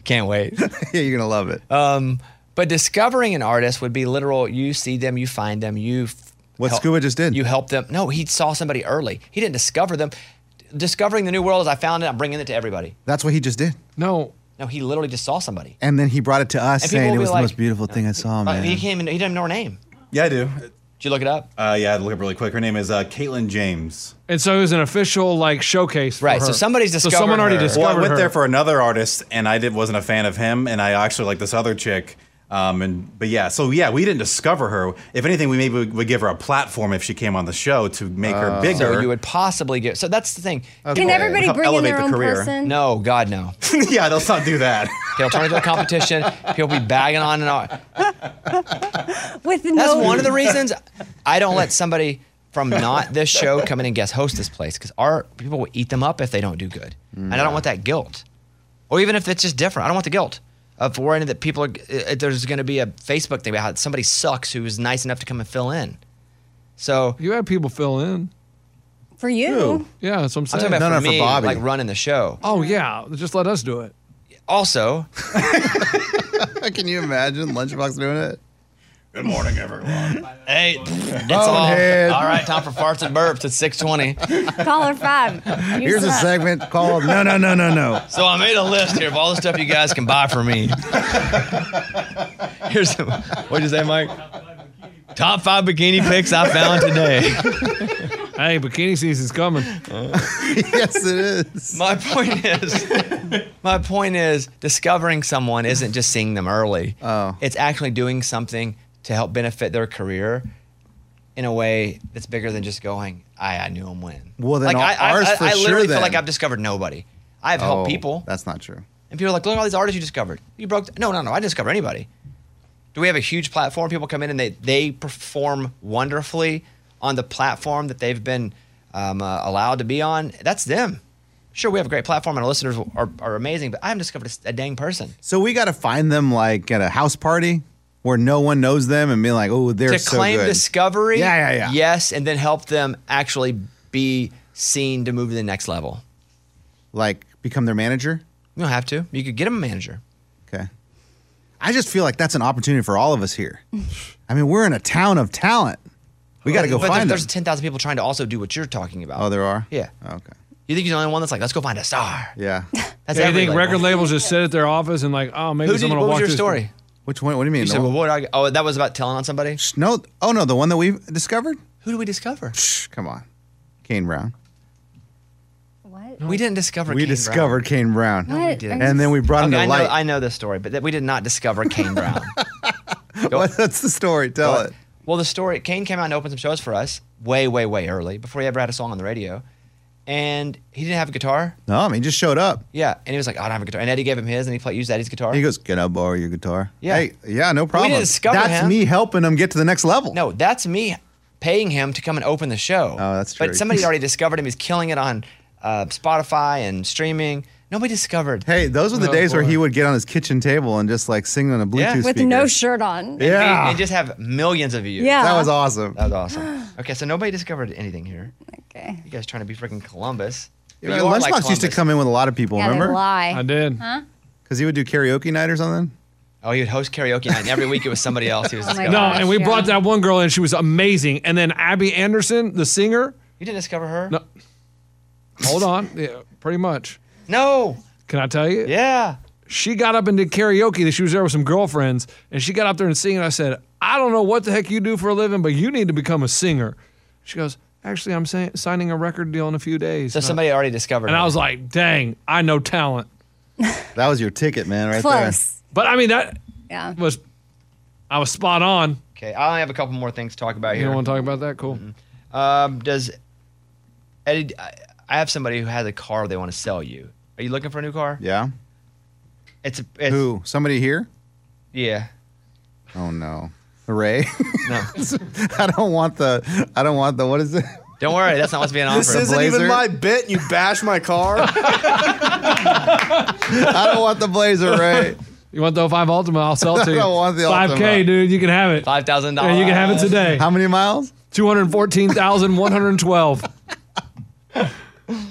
S1: Can't wait.
S4: yeah, you're gonna love it.
S1: Uh. but discovering an artist would be literal. You see them, you find them, you. f-
S4: What Scuba just did.
S1: You help them. No, he saw somebody early. He didn't discover them. Discovering the new world is I found it. I'm bringing it to everybody.
S4: That's what he just did,
S7: no.
S1: No, he literally just saw somebody.
S4: and then he brought it to us,
S1: And people
S4: saying
S1: will
S4: it
S1: be
S4: was
S1: like-
S4: the most beautiful thing I saw,
S1: Uh,
S4: man.
S1: he can't even. He didn't know her name.
S8: Yeah, I do.
S1: Did you look it up?
S8: Uh, yeah, I had to look up really quick. Her name is uh, Caitlin James.
S7: And so it was an official like showcase, for
S1: Right, so
S7: her.
S1: somebody's
S7: So someone
S1: discovered
S7: already
S1: her.
S7: discovered
S8: Well, I went
S7: her.
S8: there for another artist, and I did wasn't a fan of him, and I actually like this other chick. Um, and but yeah, so yeah, we didn't discover her. If anything, we maybe would give her a platform if she came on the show to make her bigger.
S1: Uh, So you would possibly get. So that's the thing.
S6: Can everybody
S8: Help
S6: bring in
S8: elevate
S6: their
S8: the
S6: own
S8: career.
S6: person?
S1: No, God, no.
S8: yeah, let's not do that.
S1: They'll turn into a competition. People be bagging on and on.
S6: With
S1: That's
S6: no.
S1: one of the reasons I don't let somebody from not this show come in and guest host this place because our people will eat them up if they don't do good, and I don't want that guilt, or even if it's just different. I don't want the guilt of worrying that people are. uh, There's going to be a Facebook thing about how somebody sucks who is nice enough to come and fill in. So
S7: You had people fill in.
S6: for you.
S7: Yeah, that's what I'm
S1: I'm
S7: saying.
S1: talking about
S4: No,
S1: for
S4: no, for
S1: me,
S4: Bobby.
S1: like running the show.
S7: oh yeah, just let us do it.
S1: Also,
S4: Can you imagine Lunchbox doing it?
S8: Good morning, everyone.
S1: Hey, it's all,
S4: Bonehead.
S1: all right. Time for farts and burps. It's six twenty.
S6: Caller five. You're
S4: Here's a
S6: set.
S4: segment called No, no, no, no, no.
S1: So I made a list here of all the stuff you guys can buy for me. Here's what'd you say, Mike? Top five bikini pics I found today.
S7: Hey, bikini season's coming.
S4: yes, it is.
S1: My point is, my point is, discovering someone isn't just seeing them early.
S4: Oh.
S1: It's actually doing something to help benefit their career in a way that's bigger than just going, I, I knew him when.
S4: Well, then
S1: like, I, I-
S4: ours
S1: I,
S4: for
S1: I
S4: sure
S1: literally
S4: then.
S1: feel like I've discovered nobody. I've
S4: Oh,
S1: helped people.
S4: That's not true.
S1: And people are like, look at all these artists you discovered. You broke. no, no, no. I didn't discover anybody. Do we have a huge platform? People come in and they, they perform wonderfully on the platform that they've been um, uh, allowed to be on. That's them. Sure, we have a great platform and our listeners are, are amazing, but I haven't discovered a s- a, dang person.
S4: So we got to find them like at a house party where no one knows them and be like, oh, they're
S1: To
S4: so
S1: claim
S4: good.
S1: discovery,
S4: Yeah, yeah, yeah.
S1: yes, and then help them actually be seen to move to the next level.
S4: like become their manager.
S1: You don't have to. You could get them a manager.
S4: Okay. I just feel like that's an opportunity for all of us here. I mean, we're in a town of talent. We got to go
S1: but
S4: find
S1: Oh, there's, There's
S4: them.
S1: 10,000 people trying to also do what you're talking about.
S4: oh, there are.
S1: Yeah.
S4: Okay.
S1: You think you're the only one that's like, let's go find a star.
S4: Yeah.
S1: That's
S7: Yeah, you
S1: every
S7: think
S1: label.
S7: record labels just sit at their office and like, oh, maybe
S1: Who did,
S7: someone will
S1: what was
S7: watch
S1: your
S7: this.
S1: story?
S4: Which one? What do you mean?
S1: You
S4: The
S1: said, well,
S4: one-
S1: what? I, oh, that was about telling on somebody.
S4: no. Oh no, the one that we've discovered.
S1: Who do we discover?
S4: Psh, come on, Kane Brown.
S6: What?
S1: We didn't discover.
S4: we
S1: Kane Brown.
S4: discovered Kane Brown,
S6: What? Are
S1: didn't.
S6: you-
S4: and then we brought
S1: Okay,
S4: him
S1: I
S4: to
S1: know,
S4: light.
S1: I know this story, but that we did not discover Kane Brown.
S4: What- That's the story. Tell
S1: But-
S4: it.
S1: Well, the story Kane came out and opened some shows for us way, way, way early before he ever had a song on the radio, and he didn't have a guitar.
S4: No, I mean, he just showed up.
S1: Yeah, and he was like, "I don't have a guitar." And Eddie gave him his, and he played used Eddie's guitar.
S4: He goes, "Can I borrow your guitar?"
S1: Yeah.
S4: Hey, yeah, no problem.
S1: discover
S4: That's
S1: him.
S4: me helping him get to the next level.
S1: No, that's me paying him to come and open the show.
S4: Oh, that's
S1: But
S4: true.
S1: somebody had already discovered him. He's killing it on uh, Spotify and streaming. Nobody discovered.
S4: Hey, those were the
S7: Oh,
S4: days where
S7: boy.
S4: he would get on his kitchen table and just like sing on a Bluetooth
S1: Yeah.
S6: with
S4: speaker.
S6: no shirt on.
S4: Yeah.
S1: And, and just have millions of views.
S6: Yeah.
S4: That was awesome.
S1: That was awesome. Okay, so nobody discovered anything here.
S6: Okay.
S1: You guys trying to be freaking Columbus.
S4: You
S1: But
S4: know,
S1: you are
S4: Lunchbox
S1: like
S4: used to
S1: Columbus.
S4: come in with a lot of people,
S6: Yeah, they
S4: remember?
S6: lie.
S7: I did.
S4: Because he would do karaoke night or something.
S1: Oh, he would host karaoke night, and every week it was somebody else he was
S6: Oh my
S1: discovering.
S7: No,
S6: gosh.
S7: and we
S6: yeah.
S7: brought that one girl in. She was amazing. And then Abby Anderson, the singer.
S1: You didn't discover her?
S7: No. Hold on. Yeah, pretty much.
S1: No.
S7: Can I tell you?
S1: Yeah.
S7: She got up and did karaoke. She was there with some girlfriends, and she got up there and singing. I said, I don't know what the heck you do for a living, but you need to become a singer. She goes, Actually, I'm sa- signing a record deal in a few days.
S1: So
S7: And I-
S1: somebody already discovered
S7: and I
S1: her.
S7: was like, Dang, I know talent.
S4: That was your ticket, man, right
S6: Close.
S7: But I mean, that
S6: Yeah.
S7: was, I was spot on.
S1: okay, I only have a couple more things to talk about
S7: You
S1: here.
S7: don't want to talk about that? Cool.
S1: Um, does Eddie? I I have somebody who has a car they want to sell you. Are you looking for a new car?
S4: there. Yeah.
S1: It's a. It's,
S4: Who? Somebody here?
S1: Yeah.
S4: Oh no. Ray.
S1: No.
S4: I don't want the. I don't want the. What is it?
S1: Don't worry. That's not what's being offered.
S9: This isn't
S4: blazer?
S9: even my bit. You bash my car.
S4: I don't want the blazer, Ray.
S7: You want the 05 Ultima? I'll sell it to
S4: I
S7: you.
S4: don't want the
S7: 5K,
S4: Ultima.
S7: dude. You can have it.
S1: Five thousand
S7: Yeah,
S1: dollars.
S7: you can have it today.
S4: How many miles?
S7: 214,112.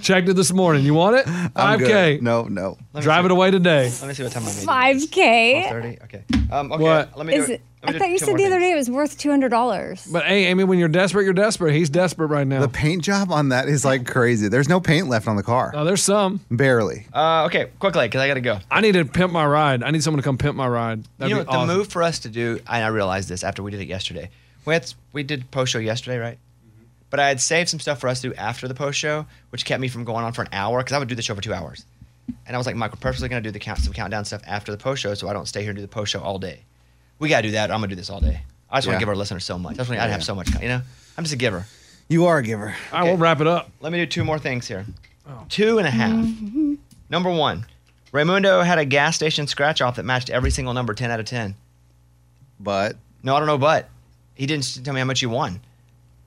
S7: Checked it this morning. You want it?
S4: I'm good.
S7: 5K.
S4: No, no.
S7: Drive it away today.
S1: Let me see what time I made.
S6: Five k.
S1: Thirty. Okay. Um. Okay.
S7: What?
S1: Let me.
S6: Is
S1: do,
S6: it?
S1: let me
S6: I
S1: do
S6: thought you
S1: two
S6: said
S1: more
S6: the other
S1: things.
S6: day it was worth two hundred dollars.
S7: But hey, Amy, when you're desperate, you're desperate. He's desperate right now.
S4: The paint job on that is like crazy. There's no paint left on the car.
S7: now, there's some.
S4: Barely.
S1: Oh. Uh. Okay. Quickly, because I gotta go.
S7: I need to pimp my ride. I need someone to come pimp my ride. That'd
S1: you know,
S7: be
S1: what,
S7: awesome.
S1: the move for us to do, and I realized this after we did it yesterday. We had, we did post show yesterday, right?
S7: Mm-hmm.
S1: But I had saved some stuff for us to do after the post show, which kept me from going on for an hour because I would do the show for two hours. And I was like, Mike, we're perfectly going to do the count, some countdown stuff after the post show, so I don't stay here and do the post show all day. We got to do that. or I'm going to do this all day. I just want
S4: Yeah.
S1: to give our listeners so much. That's when I'd have so much, you know. I'm just a giver.
S4: You are a giver.
S7: All right, we'll wrap it up.
S1: Let me do two more things here.
S4: Oh.
S1: Two and a half. Number one, Raimundo had a gas station scratch off that matched every single number, ten out of ten.
S4: But
S1: No, I don't know, but he didn't s- tell me how much he won.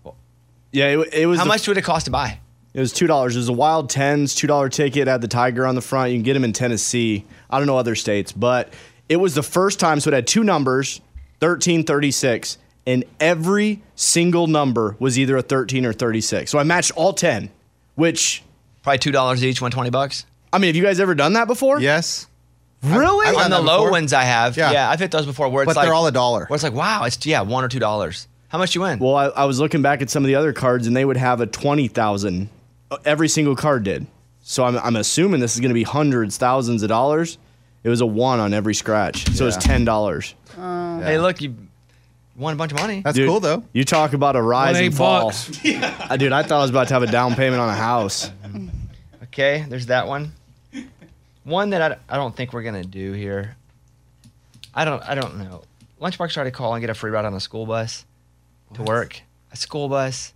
S9: yeah, it, it was.
S1: How
S9: the-
S1: much would it cost to buy?
S9: It was two dollars. It was a wild tens, two dollar ticket. Had the tiger on the front. You can get them in Tennessee. I don't know other states, but it was the first time. So it had two numbers, thirteen thirty six, and every single number was either a thirteen or thirty six. So I matched all ten, which
S1: Probably two dollars each, one twenty bucks.
S9: I mean, have you guys ever done that before?
S4: yes.
S9: really?
S4: I've
S1: On
S4: done
S1: the
S4: that
S1: low
S4: before.
S1: ones, I have. Yeah,
S4: Yeah.
S1: I've hit those before. Where it's
S4: But
S1: like
S4: they're all a dollar.
S1: Where it's like, wow, it's yeah, one or two dollars. How much you win?
S9: well, I, I was looking back at some of the other cards, and they would have a twenty thousand. uh, Every single card did. So I'm, I'm assuming this is going to be hundreds, thousands of dollars. It was a one on every scratch, so it was
S4: Yeah.
S9: ten dollars.
S1: Hey, look, you won a bunch of money.
S4: That's
S9: Dude,
S4: cool though.
S9: You talk about a rise
S7: Won eight
S9: and fall.
S7: bucks.
S9: Uh, Dude, I thought I was about to have a down payment on a house.
S1: Okay, there's that one. One that I, d- I don't think we're gonna do here. I don't I don't know. Lunchbox tried to call and get a free ride on a school bus to work. A school bus.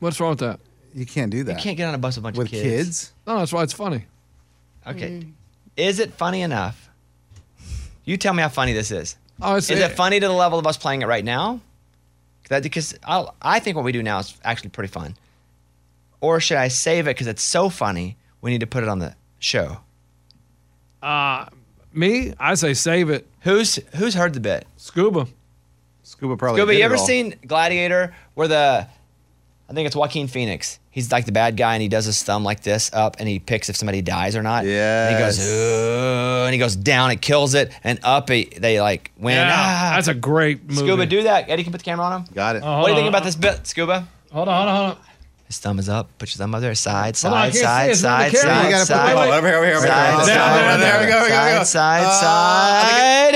S7: What's wrong with that?
S4: You can't do that.
S1: You can't get on a bus with a bunch
S4: with
S1: of
S4: kids.
S7: No, that's why it's funny.
S1: Okay. Is it funny enough? You tell me how funny this is.
S7: Oh, it's,
S1: Is it funny to the level of us playing it right now? That because I I think what we do now is actually pretty fun. Or should I save it because it's so funny? We need to put it on the show.
S7: Me, I say save it.
S1: Who's who's heard the bit?
S7: Scuba.
S4: Scuba probably.
S1: Gobi,
S4: did
S1: you
S4: it
S1: ever
S4: all.
S1: seen Gladiator where the I think it's Joaquin Phoenix. He's like the bad guy and he does his thumb like this up and he picks if somebody dies or not. And he goes,
S4: Yes.
S1: "Ugh," and he goes down, it kills it, and up it, they like win.
S7: Yeah,
S1: Ah.
S7: that's a great movie. Uh-huh.
S1: Scuba, do that. Eddie can put the camera on him.
S4: Got it.
S1: What do you think about this bit, Scuba?
S7: Hold on, hold on, hold on.
S1: His thumb is up. Put your thumb up there. Side,
S7: Hold on, I
S1: side,
S7: can't see.
S1: side,
S7: It's not
S1: side,
S7: the camera.
S4: You
S1: side,
S4: gotta put-
S1: side.
S4: wait, wait,
S9: over here, over here, over
S1: Side,
S9: here.
S1: side,
S7: down,
S8: there we go, we go, we go.
S1: Side, side,
S8: Uh,
S1: side,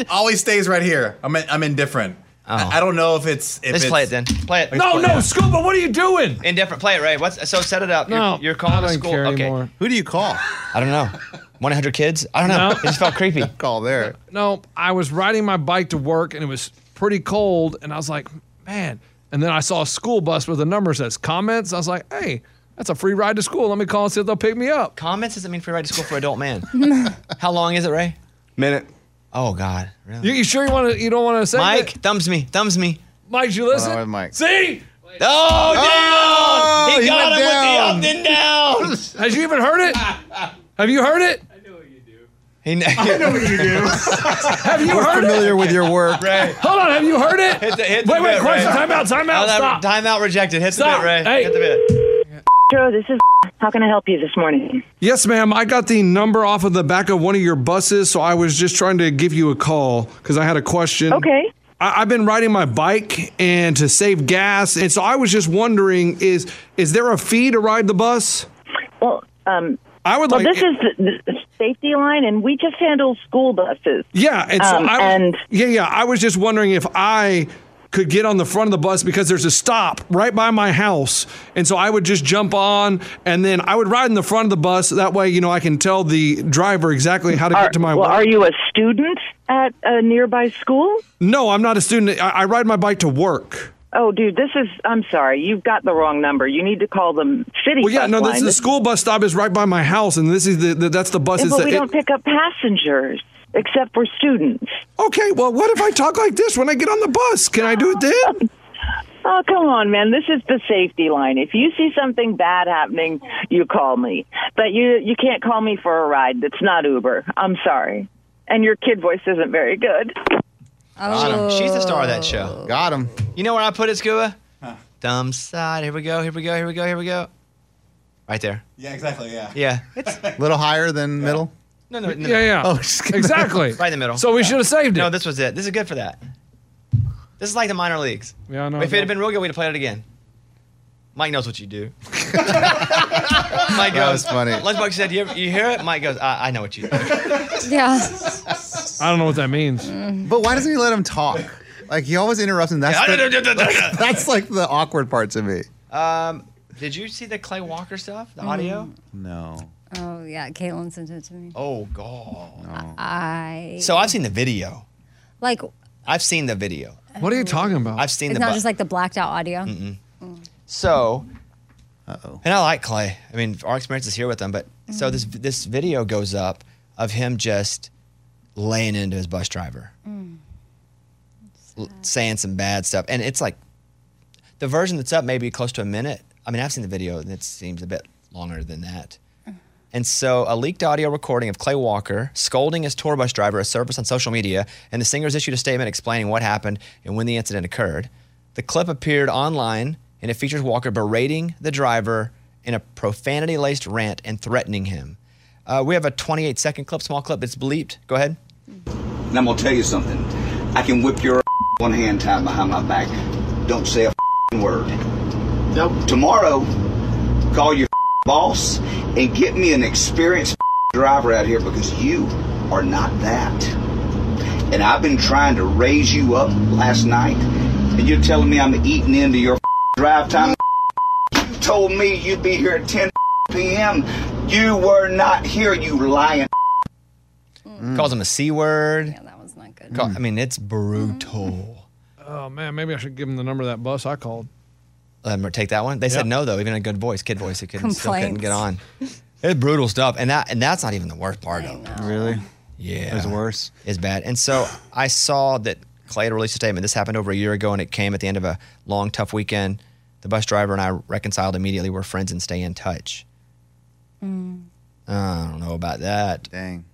S1: and
S8: Always stays right here. I'm in, I'm indifferent.
S9: Oh.
S8: I, I don't know if it's. If
S1: let's
S8: it's,
S1: play it then. Play it.
S7: No, no, Scuba, what are you doing?
S1: Indifferent. Play it, Ray. What's so set it up? You're-
S7: No,
S1: you're, calling
S7: I
S1: the
S7: don't
S1: school.
S7: care
S1: okay.
S7: anymore.
S4: Who do you call?
S1: I don't know. 100 kids? I don't know.
S7: No.
S1: It just felt creepy.
S4: call there.
S7: No, I was riding my bike to work and it was pretty cold, and I was like, man. And then I saw a school bus with the number that says comments. I was like, hey, That's a free ride to school. Let me call and see if they'll pick me up.
S1: Comments doesn't mean free ride to school for adult man. How long is it, Ray?
S9: Minute.
S1: Oh God, really?
S7: You, you sure you want to? You don't want to say
S1: Mike,
S7: that?
S1: thumbs me, thumbs me.
S7: Mike, you listen.
S4: with Mike.
S7: See,
S1: Oh,
S7: Oh,
S8: Oh,
S1: down! He,
S4: he
S1: got
S4: went
S1: him
S4: down.
S1: with the up and down.
S7: has you even heard it? Have you heard it?
S1: he, kn-
S7: Have you heard it?
S4: Familiar with your work.
S7: Hold on. Have you heard it?
S1: Hit the- hit the
S7: wait, wait.
S1: bit,
S7: question.
S1: Ray.
S7: Time out. Time out.
S1: Oh, that-
S7: Stop.
S1: Timeout rejected. Hit the
S7: Stop.
S1: bit, Ray.
S7: Hey.
S1: Hit the bit.
S5: Joe, this is. How can I help you this morning?
S7: Yes, ma'am. I got the number off of the back of one of your buses, so I was just trying to give you a call because I had a question.
S5: Okay.
S7: I- I've been riding my bike and to save gas, and so I was just wondering is is there a fee to ride the bus?
S5: Well, um,
S7: I would
S5: well,
S7: like.
S5: this is the, the safety line, and we just handle school buses.
S7: yeah, and so
S5: um,
S7: I,
S5: and-
S7: yeah, yeah. I was just wondering if I could get on the front of the bus because there's a stop right by my house, and so I would just jump on, and then I would ride in the front of the bus. That way, you know, I can tell the driver exactly how to
S5: Are,
S7: get to my.
S5: well,
S7: work.
S5: are you a student at a nearby school?
S7: No, I'm not a student. I, I ride my bike to work.
S5: Oh, dude, this is. I'm sorry, you've got the wrong number. You need to call the city.
S7: Well, yeah,
S5: bus
S7: no,
S5: line.
S7: this the school bus stop is right by my house, and this is the, the that's the bus.
S5: Yeah,
S7: it's
S5: but
S7: the,
S5: we
S7: it-
S5: don't pick up passengers except for students.
S7: okay, well, what if I talk like this when I get on the bus? Can I do it then?
S5: Oh, come on, man. This is the safety line. If you see something bad happening, you call me. But you you can't call me for a ride. That's not Uber. I'm sorry. And your kid voice isn't very good.
S1: Got him. She's the star of that show.
S4: Got him.
S1: You know where I put it, Scuba? Thumb side. Here we go. Here we go. Here we go. Here we go. Right there.
S8: Yeah, exactly. Yeah.
S1: Yeah. It's
S4: A little higher than middle.
S1: no, no, no.
S7: Yeah, yeah.
S4: Oh, just kidding.
S7: exactly.
S1: Right in the middle.
S7: So we should have saved it.
S1: No, this was it. This is good for that. This is like the minor leagues.
S7: Yeah, I know.
S1: If it had been real good, we'd have played it again. Mike knows what you do. Mike goes.
S4: was funny.
S1: Lunchbox said, you, ever- "You hear it?" Mike goes, "I, I know what you do."
S6: Yeah.
S7: I don't know what that means.
S4: But why doesn't he let him talk? Like he always interrupts him. That's the, that's like the awkward part to me.
S1: um, did you see the Clay Walker stuff? The audio?
S6: Mm.
S4: No.
S6: Oh yeah. Caitlin sent it to me.
S1: Oh god.
S6: I
S1: So I've seen the video.
S6: like.
S1: I've seen the video.
S7: What are you talking about?
S1: I've seen
S6: It's
S1: the.
S6: not
S1: bu-
S6: just like the blacked out audio.
S1: So,
S4: Uh-oh.
S1: and I like Clay. I mean, our experience is here with him. But so this this video goes up of him just laying into his bus driver, L- saying some bad stuff, and it's like the version that's up maybe close to a minute. I mean, I've seen the video, and it seems a bit longer than that. And so, a leaked audio recording of Clay Walker scolding his tour bus driver has surfaced on social media, and the singer's issued a statement explaining what happened and when the incident occurred. The clip appeared online, and it features Walker berating the driver in a profanity laced rant and threatening him. Uh, we have a 28 second clip, small clip, it's bleeped. Go ahead.
S10: And I'm gonna tell you something. I can whip your one hand tied behind my back. Don't say a word. Nope. Tomorrow, call your boss and get me an experienced driver out here because you are not that. And I've been trying to raise you up last night, and you're telling me I'm eating into your drive time. You told me you'd be here at 10 p.m. You were not here, you lying.
S1: Calls him a C word.
S6: Yeah, that was not good.
S1: Call- I mean, it's brutal.
S7: oh man, maybe I should give him the number of that bus I called.
S1: let them take that one. They said no though, even a good voice, kid voice, it couldn't still couldn't get on.
S6: Complaints.
S1: It's brutal stuff, and that and that's not even the worst part of it.
S4: Really?
S1: Yeah,
S4: There's worse.
S1: It's bad. And so I saw that Clay had released a statement. This happened over a year ago, and it came at the end of a long, tough weekend. The bus driver and I reconciled immediately. We're friends and stay in touch. I don't know about that.
S4: Dang.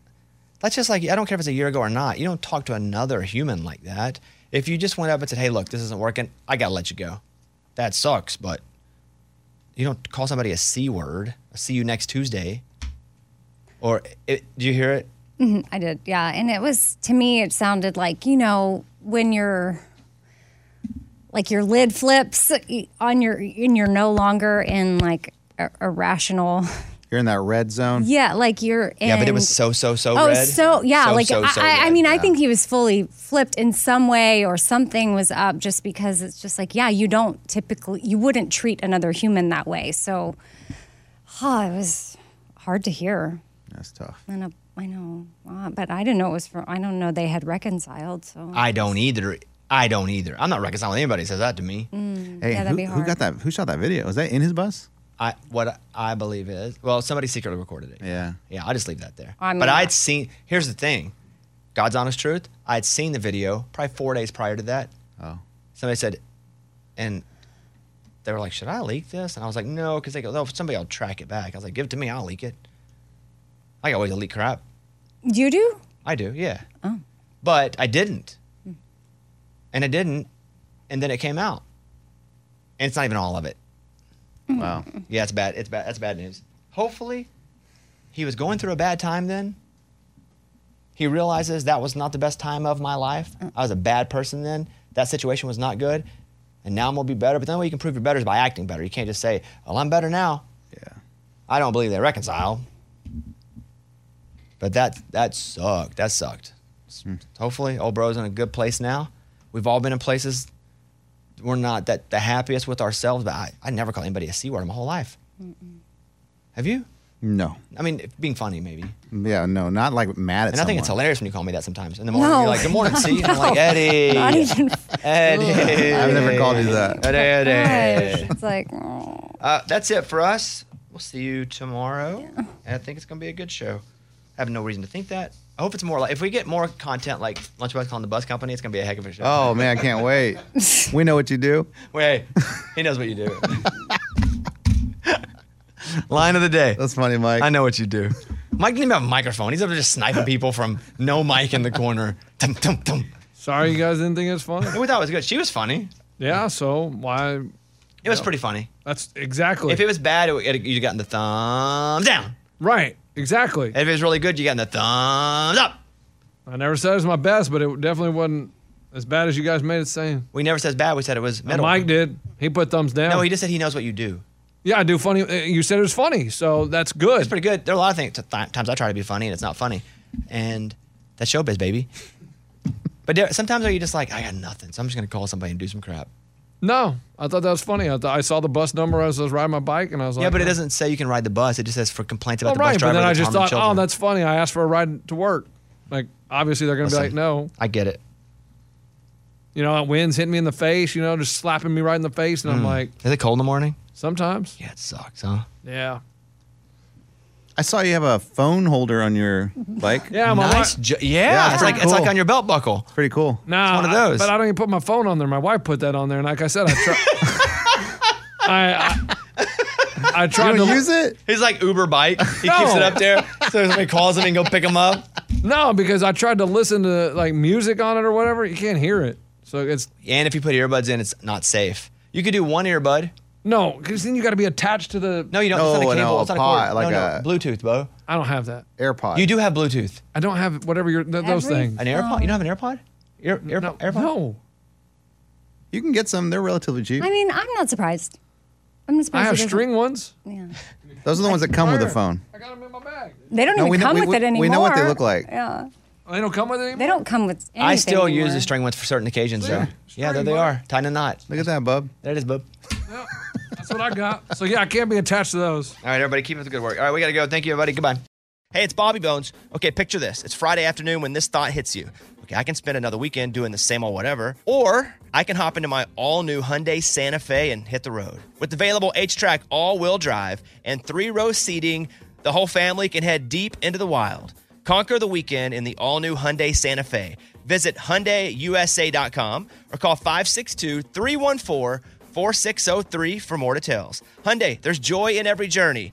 S1: That's just like I don't care if it's a year ago or not. You don't talk to another human like that. If you just went up and said, "Hey, look, this isn't working. I gotta let you go," that sucks. But you don't call somebody a c word. I'll see you next Tuesday. Or it, do you hear it?
S6: I did, yeah. And it was to me, it sounded like you know when you're like your lid flips on your and you're no longer in like a, a rational,
S4: You're in that red zone.
S6: yeah, like you're. In,
S1: Yeah, but it was so so so
S6: Oh,
S1: red.
S6: so yeah,
S1: So,
S6: like
S1: so, so
S6: I, I- I
S1: red,
S6: mean, I
S1: yeah.
S6: think he was fully flipped in some way or something was up just because it's just like yeah, you don't typically you wouldn't treat another human that way. So, huh, it was hard to hear.
S4: That's tough.
S6: I know, I know, Uh, but I didn't know it was for. I don't know they had reconciled. So
S1: I don't either. I
S6: Mm.
S1: don't either. I'm not reconciling with anybody who says that to me.
S4: Hey,
S6: Yeah, that'd
S4: who,
S6: be
S4: who
S6: hard.
S4: got that? Who shot that video? Was that in his bus?
S1: I what I believe is well, somebody secretly recorded it. Yeah, yeah. I'll just leave that there.
S6: I mean,
S1: but
S6: I-
S1: I'd seen. Here's the thing, God's honest truth. I'd seen the video probably four days prior to that. Oh. Somebody said, and they were like, "Should I leak this?" And I was like, "No," because they go, "No, somebody will track it back." I was like, "Give it to me. I'll leak it." I always leak crap.
S6: You do?
S1: I do, yeah.
S6: Oh.
S1: But I didn't. And I didn't. And then it came out. And it's not even all of it. Wow. Yeah, it's bad. It's bad. That's bad news. Hopefully, he was going through a bad time then. He realizes that was not the best time of my life. I was a bad person then. That situation was not good. And now I'm going to be better. But the only way you can prove you're better is by acting better. You can't just say, well, I'm better now. Yeah. I don't believe they reconcile. But that that sucked. That sucked. S-
S4: Hmm.
S1: Hopefully, old bro's in a good place now. We've all been in places we're not that the happiest with ourselves. But I, I never call anybody a c word in my whole life. Have you?
S4: No.
S1: I mean, if- being funny maybe.
S4: Yeah, no, not like mad at
S1: and I think it's hilarious when you call me that sometimes. In the morning,
S4: No.
S1: you're like, "Good morning, C," and I'm like,
S4: No.
S1: "Eddie,
S4: Not even-
S1: Eddie."
S4: I've never called you that.
S1: Eddie, Eddie.
S6: Gosh, it's like,
S1: Uh, that's it for us. We'll see you tomorrow. And I think it's going to be a good show. I have no reason to think that. I hope it's more like, if we get more content like Lunchbox on the Bus Company, it's going to be a heck of a show.
S4: Oh man, I can't wait. we know what you do.
S1: Wait, he knows what you do.
S4: Line
S1: of the day.
S4: That's funny, Mike.
S1: I know what you do. Mike didn't even have a microphone. He's up there just sniping people from no mic in the corner. Dum, dum, dum.
S7: Sorry, you guys didn't think it was funny.
S1: We thought it was good. She was funny.
S7: Yeah, so why?
S1: It was pretty funny.
S7: That's exactly.
S1: If it was bad, it, it, you'd gotten the thumbs down.
S7: Right, exactly.
S1: If it was really good, you got the thumbs up.
S7: I never said it was my best, but it definitely wasn't as bad as you guys made it seem.
S1: We never said it's bad. We said it was middle.
S7: Mike did. He put thumbs down.
S1: No, he just said he knows what you do.
S7: Yeah, I do funny. uh, You said it was funny, so that's good. It's
S1: pretty good. There are a lot of things. Th- times I try to be funny and it's not funny, and that's showbiz, baby. but there, sometimes are you just like, I got nothing, so I'm just gonna call somebody and do some crap.
S7: No, I thought that was funny. I, thought I saw the bus number as I was riding my bike, and I was like,
S1: yeah, but it
S7: "Oh."
S1: doesn't say you can ride the bus. It just says for complaints about
S7: Well,
S1: the
S7: right,
S1: bus
S7: but
S1: driver.
S7: then I
S1: the
S7: just
S1: harm of
S7: thought, oh,
S1: children.
S7: that's funny. I asked for a ride to work. Like, obviously, they're going to be
S1: Listen,
S7: like, no.
S1: I get it.
S7: You know, that wind's hitting me in the face, you know, just slapping me right in the face. And I'm
S1: Mm.
S7: like,
S1: is it cold in the morning?
S7: sometimes.
S1: Yeah, it sucks, huh?
S7: Yeah.
S4: I saw you have a phone holder on your bike.
S7: Yeah, my Nice wi- ju- yeah, it's
S4: pretty
S7: like- it's like on your
S1: belt buckle.
S4: It's pretty cool.
S7: Nah,
S4: it's one of
S7: I-
S4: those.
S7: but I don't even put my phone on there. My wife put that on there, and like I said, I tried. I, I, I tried to
S4: it.
S1: He's like Uber bike. He
S7: No.
S1: keeps it up there, so somebody calls him and go pick him up.
S7: No, because I tried to listen to like music on it or whatever. You can't hear it, so it's
S1: And if you put earbuds in, it's not safe. You could do one earbud.
S7: no. Because then you got to be attached to the.
S1: No, you don't. it's not a cable. it's not a cord. no, no, Bluetooth, Bo.
S7: I don't have that.
S4: AirPod.
S1: You do have Bluetooth.
S7: I don't have whatever your th- those things.
S1: An AirPod? You don't have an AirPod? Air, air, no, AirPod?
S7: No.
S4: You can get some. They're relatively cheap.
S6: I mean, I'm not surprised. I'm just surprised. it doesn't-
S7: ones.
S6: Yeah.
S4: Those are the ones that come with a phone.
S6: They don't
S4: No, we
S6: even
S4: know-
S6: come
S4: we-
S6: with
S4: we-
S6: it anymore.
S4: we know what they look like.
S6: Yeah.
S7: They don't come with it anymore?
S6: They don't come with anything
S1: I still use
S6: anymore.
S1: the string ones for certain occasions, though. Yeah, there they are. Tying a knot.
S4: Look at that, bub.
S1: There it is, bub.
S7: That's what I got. So yeah, I can't be attached to those.
S1: All right, everybody, keep up the good work. All right, we got to go. Thank you, everybody. Goodbye. Hey, it's Bobby Bones. Okay, picture this. It's Friday afternoon when this thought hits you. Okay, I can spend another weekend doing the same old whatever, or I can hop into my all new Hyundai Santa Fe and hit the road. With available H track all wheel drive and three row seating, the whole family can head deep into the wild. Conquer the weekend in the all new Hyundai Santa Fe. Visit HyundaiUSA.com or call 562 314 4603 for more details. Hyundai, there's joy in every journey.